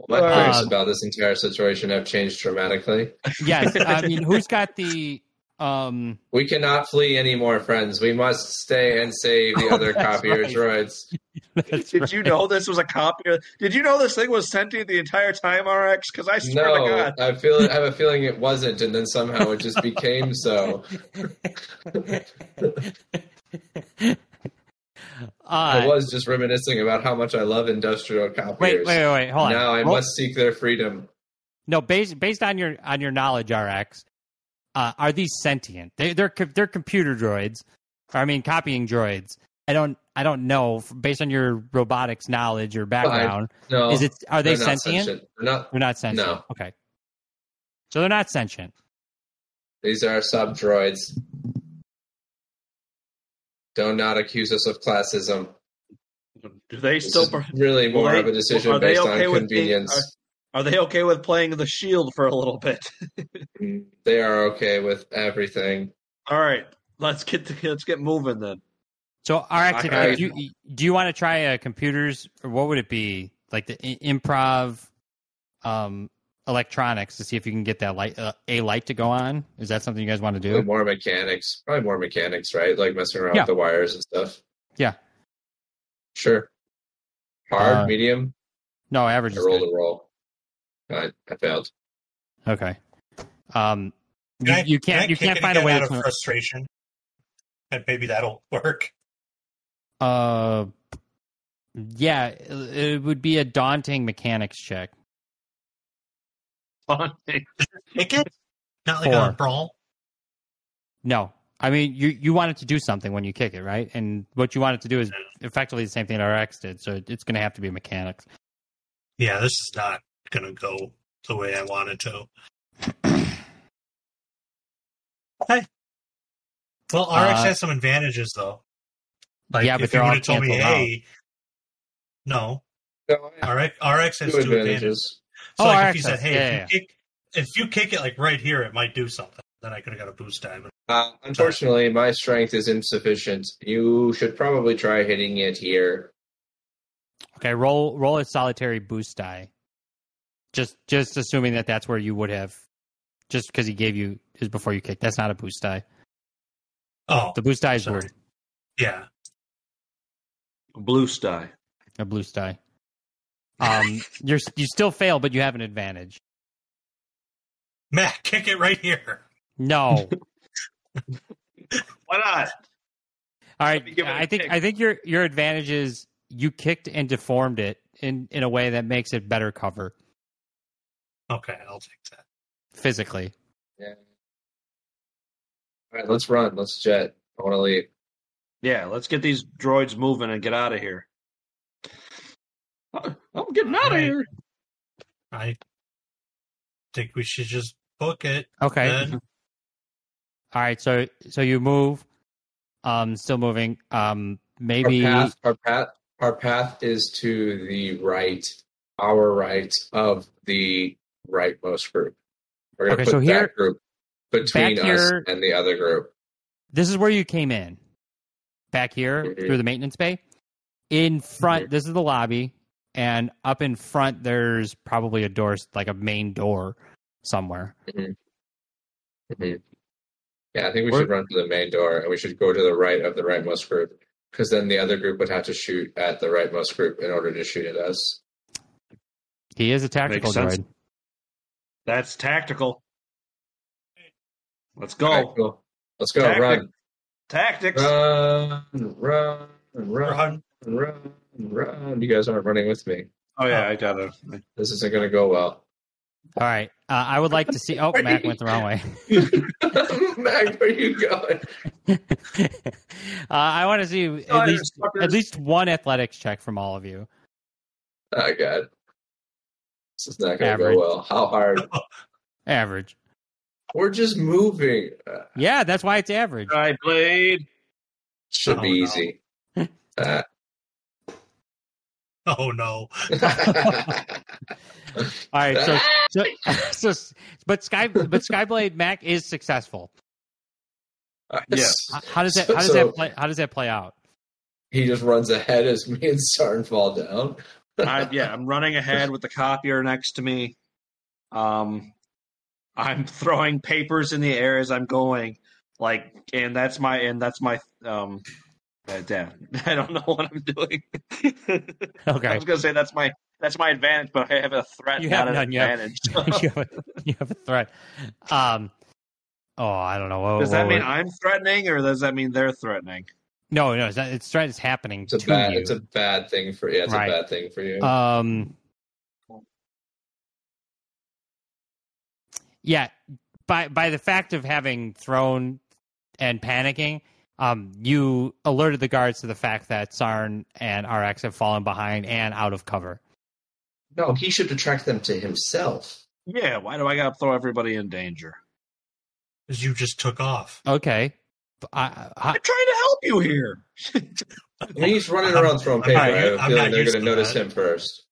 My theories Um, about this entire situation have changed dramatically. Yes, I mean, who's got the Um, We cannot flee any more, friends. We must stay and save the Oh, other that's copier's right. droids. that's Did right. you know this was a copy? Of, did you know this thing was sentient the entire time, RX? Because I swear to No, God, I feel I have a feeling it wasn't, and then somehow it just became so. I Uh, was just reminiscing about how much I love industrial copiers. wait, wait, wait, wait, hold on. now I Roll- must seek their freedom. No, based based on your on your knowledge, RX, uh, are these sentient? They, they're co- they're computer droids. Or, I mean, copying droids. I don't I don't know f- based on your robotics knowledge or background. No, is it are they they're not sentient? They're not. They're not sentient. No. Okay. So they're not sentient. These are sub droids. Do not accuse us of classism. do they This still? is per- really more they- of a decision are they based okay on with being- convenience. Are they okay with playing the shield for a little bit? They are okay with everything. All right, let's get to, let's get moving then. So RX, if, Okay. if you do you want to try a computers or what would it be like the i- improv, um, electronics to see if you can get that light uh, a light to go on? Is that something you guys want to do? More mechanics, probably more mechanics, right? Like messing around Yeah. with the wires and stuff. Yeah. Sure. Hard, Uh, medium, No, average I is roll good. to roll. I, I failed. Okay. Um, Can you, I- you can I can't you kick can't it find a again way out of to. frustration. And maybe that'll work. Uh, yeah, it it would be a daunting mechanics check. Kick it? Not like Four. on brawl. No, I mean you you want it to do something when you kick it, right? And what you want it to do is effectively the same thing that RX did. So it's going to have to be mechanics. Yeah, this is not gonna go the way I want it to. okay. Well, RX Uh, has some advantages though. Like Yeah, but if you they're all would have told me, canceled out. hey, no, No, I RX, RX has have two two advantages. advantages. So Oh, like if RX he said, has- hey, yeah, if, you yeah, Kick, if you kick it like right here, it might do something. Then I could have got a boost diamond. Uh, unfortunately, my strength is insufficient. You should probably try hitting it here. Okay, roll roll a solitary boost die. Just just assuming that that's where you would have, just because he gave you is before you kick. That's not a boost die. Oh, The boost die is Sorry. blue. yeah. Blue sty. A blue die. Um, you're you still fail, but you have an advantage. Matt, kick it right here. No, Why not? All Let right. me give it a I think kick. I think your your advantage is you kicked and deformed it in in a way that makes it better cover Okay, I'll take that. physically. Yeah. All right, let's run. Let's jet. I want to leave. Yeah, let's get these droids moving and get out of here. I- I'm getting out of Alright. here. I think we should just book it. Okay. Then. All right. So so you move. Um, still moving. Um, maybe Our path, our path, our path is to the right, our right of the rightmost group. We're gonna Okay, put so here- that group between back us here- and the other group. this is where you came in. Back here Mm-hmm. Mhm. through the maintenance bay. In front, this is the lobby, and up in front, there's probably a door, like a main door, somewhere. Yeah, I think we We're- should run to the main door and we should go to the right of the rightmost group because then the other group would have to shoot at the rightmost group in order to shoot at us. He is a tactical sense. droid. That's tactical. Let's All Oh. right, go. cool. Let's go. Tactic. Run. Tactics. Run, run, run, Run. run, run. You guys aren't running with me. Oh yeah, I got it. This isn't going to go well. All right. Uh, I would like to see. Oh, Mac went the wrong way. Mag, where you going? uh, I want to see at least at least one athletics check from all of you. Oh god. This is not gonna go Average. well. How hard? Average. We're just moving. Uh, Yeah, that's why it's average. I played. should Oh, no. be easy. Uh, Oh no. All right. So, so, so s- but Sky but Skyblade Mac is successful. Yeah. H- How does that how does So- that play how does that play out? He just runs ahead as me and Sarn fall down. I, yeah, I'm running ahead with the copier next to me. Um, I'm throwing papers in the air as I'm going. Like, and that's my and that's my um. uh, Damn, I don't know what I'm doing. I Okay. was gonna say that's my that's my advantage, but I have a threat, You have not an none, yeah. advantage. you, have a, you have a threat. Um. Oh, I don't know. What, does that what mean would- I'm threatening, or does that mean they're threatening? no, no. It's, not, it's threat is happening It's a to bad. you. It's a bad thing for. Yeah, it's Right. a bad thing for you. Um, yeah, by by the fact of having thrown and panicking, um, you alerted the guards to the fact that Sarn and RX have fallen behind and out of cover. no, he should attract them to himself. Yeah. Why do I gotta throw everybody in danger? because you just took off. Okay, I, I, I'm trying to help you here. I mean, he's running around throwing I'm paper. not I u- have a I'm feeling not they're used going to to notice that. him first.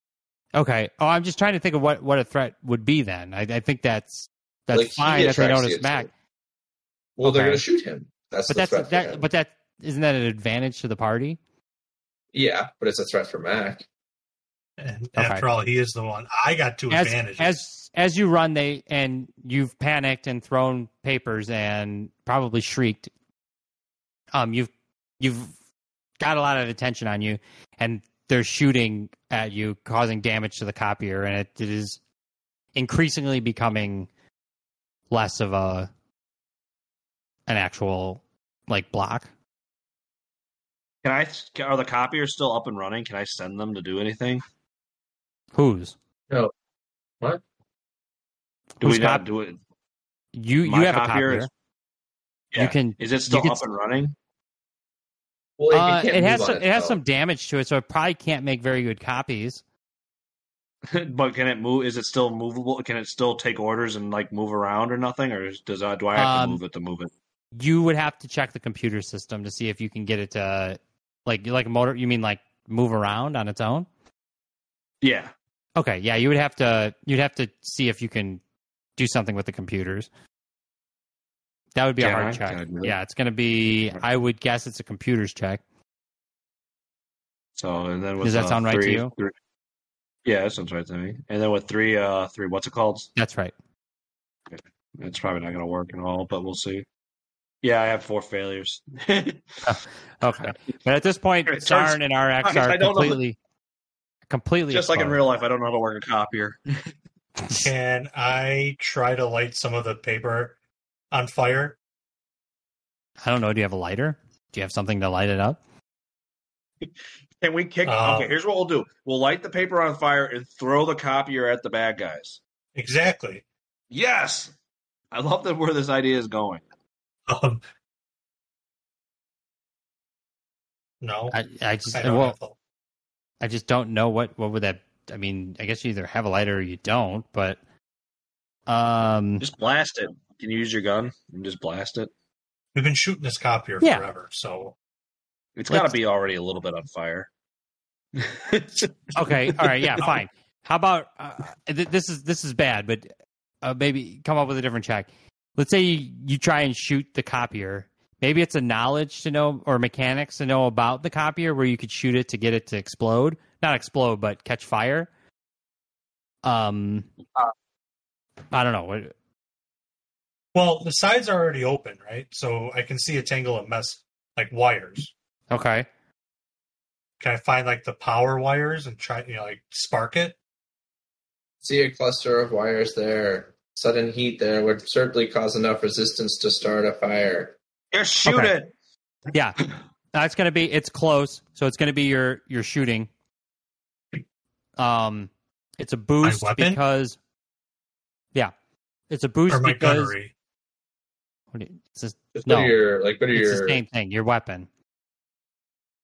okay. Oh, I'm just trying to think of what, what a threat would be. Then I, I think that's that's Like, he fine if they attracts the notice back, attention. Well, they're Okay. going to shoot him. That's but the that's threat. for that. him. But that isn't that an advantage to the party? yeah, but it's a threat for Mac. And Okay. after all, he is the one. I got two as, advantages. As as you run, they and you've panicked and thrown papers and probably shrieked. Um, you've you've got a lot of attention on you, and they're shooting at you, causing damage to the copier, and it, it is increasingly becoming less of a an actual like block. Can I? Are the copiers still up and running? Can I send them to do anything? Who's Do Whose we not cop- do it? you? My you have copier a copier. is- You Yeah. can. Is it still can up and running? Well, Uh, he can't it move has on some, it has itself. some damage to it, so it probably can't make very good copies. but can it move? Is it still movable? Can it still take orders and like move around or nothing? Or is- does uh, do I have Um, to move it to move it? you would have to check the computer system to see if you can get it to like like a motor you mean like move around on its own Yeah. okay yeah you would have to you'd have to see if you can do something with the computers that would be a Can hard I? Can I check do it? yeah it's going to be i would guess it's a computers check So and then with, Does that uh, sound right to three- you? three- yeah, that sounds right to me. And then with three, uh, three, what's it called? that's right It's probably not going to work at all, but we'll see. Yeah, I have four failures. okay but at this point It turns- sarn and rx Okay, I are don't know the- completely completely Just like in exposed. real life, I don't know how to work a copier. Can I try to light some of the paper on fire? i don't know do you have a lighter do you have something to light it up Can we kick? Uh-huh. Uh, okay, here's what we'll do: we'll light the paper on fire and throw the copier at the bad guys. Exactly. Yes, I love that where this idea is going. Um, no, I, i, I just don't well, have a- I just don't know what what would that. I mean, I guess you either have a lighter or you don't. But um, Just blast it. Can you use your gun and just blast it? We've been shooting this copier Yeah. forever, so It's got to Let's- be already a little bit on fire. okay, all right, yeah, fine. How about uh, th- this is this is bad, but uh, maybe come up with a different check. Let's say you, you try and shoot the copier. Maybe it's a knowledge to know or mechanics to know about the copier where you could shoot it to get it to explode, not explode, but catch fire. Um, I don't know. What- well, the sides are already open, right? So I can see a tangle of mess like wires. Okay, Can I find like the power wires and try, you know, like spark it? See a cluster of wires there. Sudden heat there would certainly cause enough resistance to start a fire. Just shoot Okay. it. yeah, that's gonna be it's close, so it's gonna be your your shooting. Um, it's a boost weapon? because, yeah, it's a boost or my because gunnery? what do you- it's, a, Just No. what are your like? What are it's your? the same thing. Your weapon.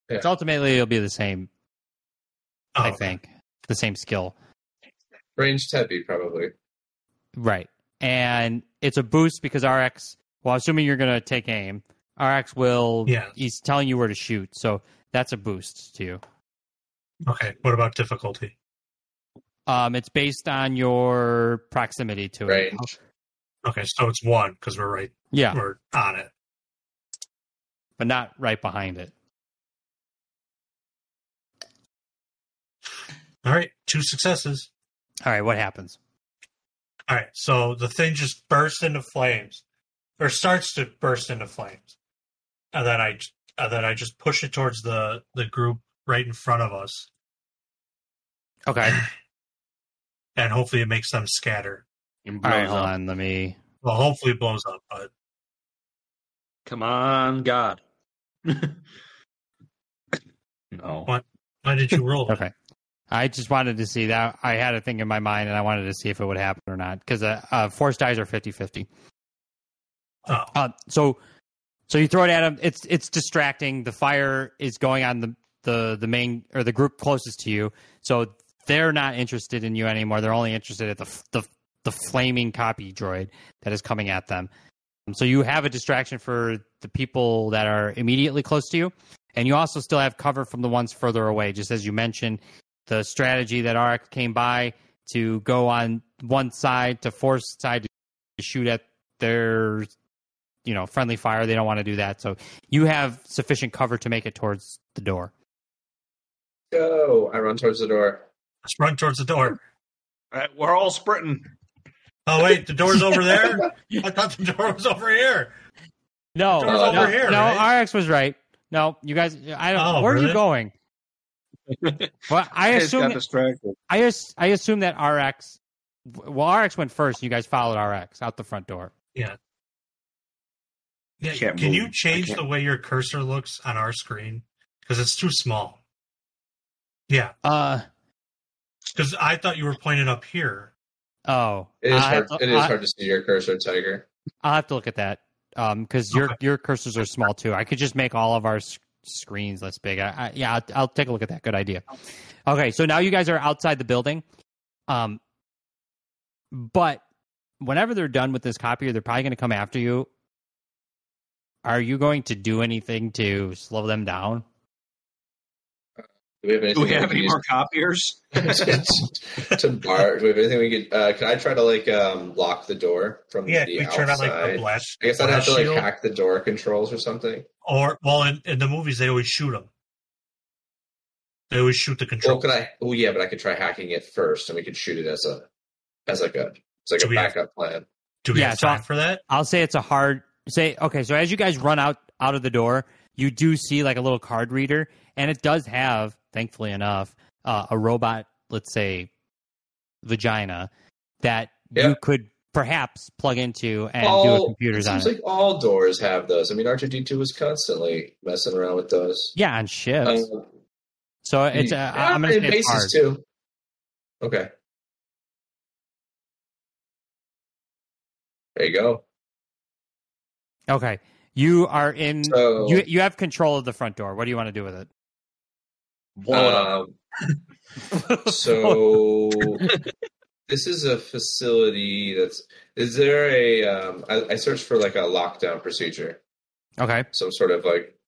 Yeah. It's ultimately it'll be the same. Oh, I think the same skill, Range heavy, probably. right? And it's a boost because RX. Well, assuming you're gonna take aim, RX will. Yeah. he's telling you where to shoot, so that's a boost to you. Okay. What about difficulty? Um, it's based on your proximity to it. Range. Okay, so it's one because we're right, Yeah, we're on it. but not right behind it. All right, two successes. All right, what happens? All right, so the thing just bursts into flames. or starts to burst into flames, and then I and then I just push it towards the the group right in front of us, Okay. and hopefully it makes them scatter. And All right, blows hold up. on. Let me. Well, hopefully it blows up, but Come on, God. no. why did you roll? Okay. I just wanted to see that. I had a thing in my mind and I wanted to see if it would happen or not because uh, uh, force dies are 50 50. Oh, Uh, so, so you throw it at him. It's it's distracting. The fire is going on the the the main or the group closest to you. So they're not interested in you anymore. They're only interested at the f- the the flaming copy droid that is coming at them. Um, So you have a distraction for the people that are immediately close to you, and you also still have cover from the ones further away. Just as you mentioned, the strategy that Arak came by to go on one side to force side to shoot at their you know friendly fire they don't want to do that so you have sufficient cover to make it towards the door Go! I run towards the door. let's run towards the door. All right, we're all sprinting. Oh wait, the door's over there. I thought the door was over here. no The door's no, over here, no right? rx was right no you guys i don't Oh, where are really? you going well i It's assume got distracted. I, as- I assume that rx well rx went first you guys followed rx out the front door Yeah, Can't can move. you change I can't- the way your cursor looks on our screen? Because it's too small. Yeah, uh because I thought you were pointing up here. oh It is I'll hard. have to- it is I'll- hard to see your cursor, Tiger. I'll have to look at that because your your cursors are small too. I could just make all of our s- screens less big. I, I, yeah, I'll, I'll take a look at that. Good idea. Okay, so now you guys are outside the building, um, but whenever they're done with this copier, they're probably going to come after you. Are you going to do anything to slow them down? Do we have Do anything we have could any more copiers? use to, to bar? Do we have anything we could? Uh, could I try to like um, lock the door from Yeah, the we outside? turn on like the blast. I guess I'd have to like shield. hack the door controls or something. Or well, in, in the movies they always shoot them. They always shoot the control. Well, could I? Oh yeah, but I could try hacking it first, and we could shoot it as a as like a it's like Do a we have- backup plan. Do we Yeah, have so- time for that? I'll say it's a hard say. Okay, so as you guys run out out of the door, you do see like a little card reader, and it does have, thankfully enough, uh, a robot. Let's say vagina that Yeah. Oh, you could perhaps plug into and do a computer's it on seems it. like all doors have those. I mean, R two D two was constantly messing around with those. yeah, on ships. Um, so it's. Uh, yeah, I'm gonna and say it's hard. bases too. Okay. There you go. Okay, you are in. So- you you have control of the front door. What do you want to do with it? Blow it Uh, up. Um, so this is a facility that's. Is there a? Um, I, I searched for like a lockdown procedure. Okay. some sort of like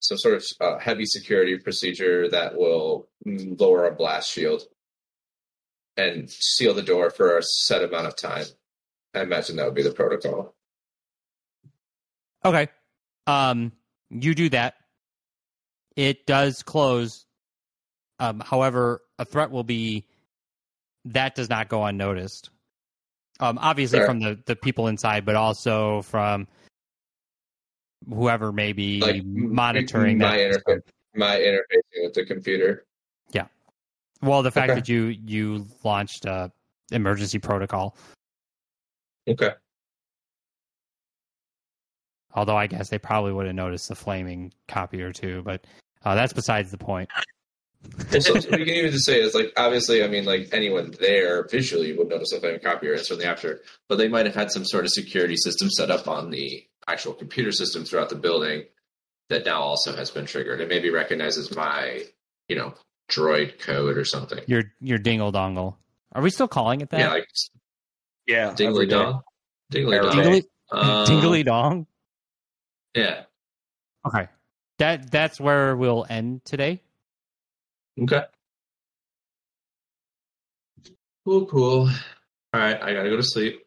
some sort of uh, heavy security procedure that will mm, lower a blast shield and seal the door for a set amount of time. I imagine that would be the protocol. Okay. Um, you do that. It does close. Um, however, a threat will be that does not go unnoticed. Um, obviously Sure. from the, the people inside, but also from whoever may be Like m- monitoring my that. interface, my interfacing with the computer. Well, the fact Okay. that you you launched a emergency protocol, Okay, although I guess they probably would have noticed the flaming copy or two, but uh, that's besides the point. well, so so we can even just say is like obviously, I mean, like anyone there visually would notice if I'm copyright it's from the after, but they might have had some sort of security system set up on the actual computer system throughout the building that now also has been triggered. It maybe recognizes my, you know, droid code or something. Your your dingle dongle. Are we still calling it that? Yeah, like Yeah. every dingly day. dong, dingly dong, Dingly- Um, Tingly dong. Yeah. Okay. That that's where we'll end today. Okay. Cool, cool. All right, I gotta go to sleep.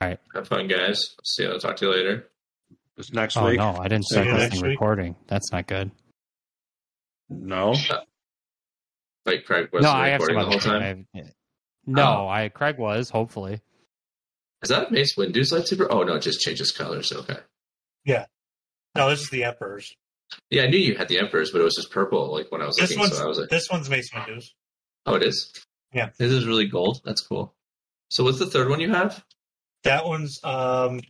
All right. Have fun, guys. See you. I'll talk to you later. It's next Oh week. no, I didn't See start you this next thing week. recording. That's not good. No. Like Craig was no, I have recording the some whole other time. I- No, I Craig was hopefully. Is that Mace Windu's lightsaber? Oh no, it just changes colors. Okay. No, this is the Emperor's. Yeah, I knew you had the Emperor's, but it was just purple. Like when I was This looking, one's- so I was like, This one's Mace Windu's. "Oh, it is." Yeah. this is really gold. That's cool. So what's the third one you have? That one's um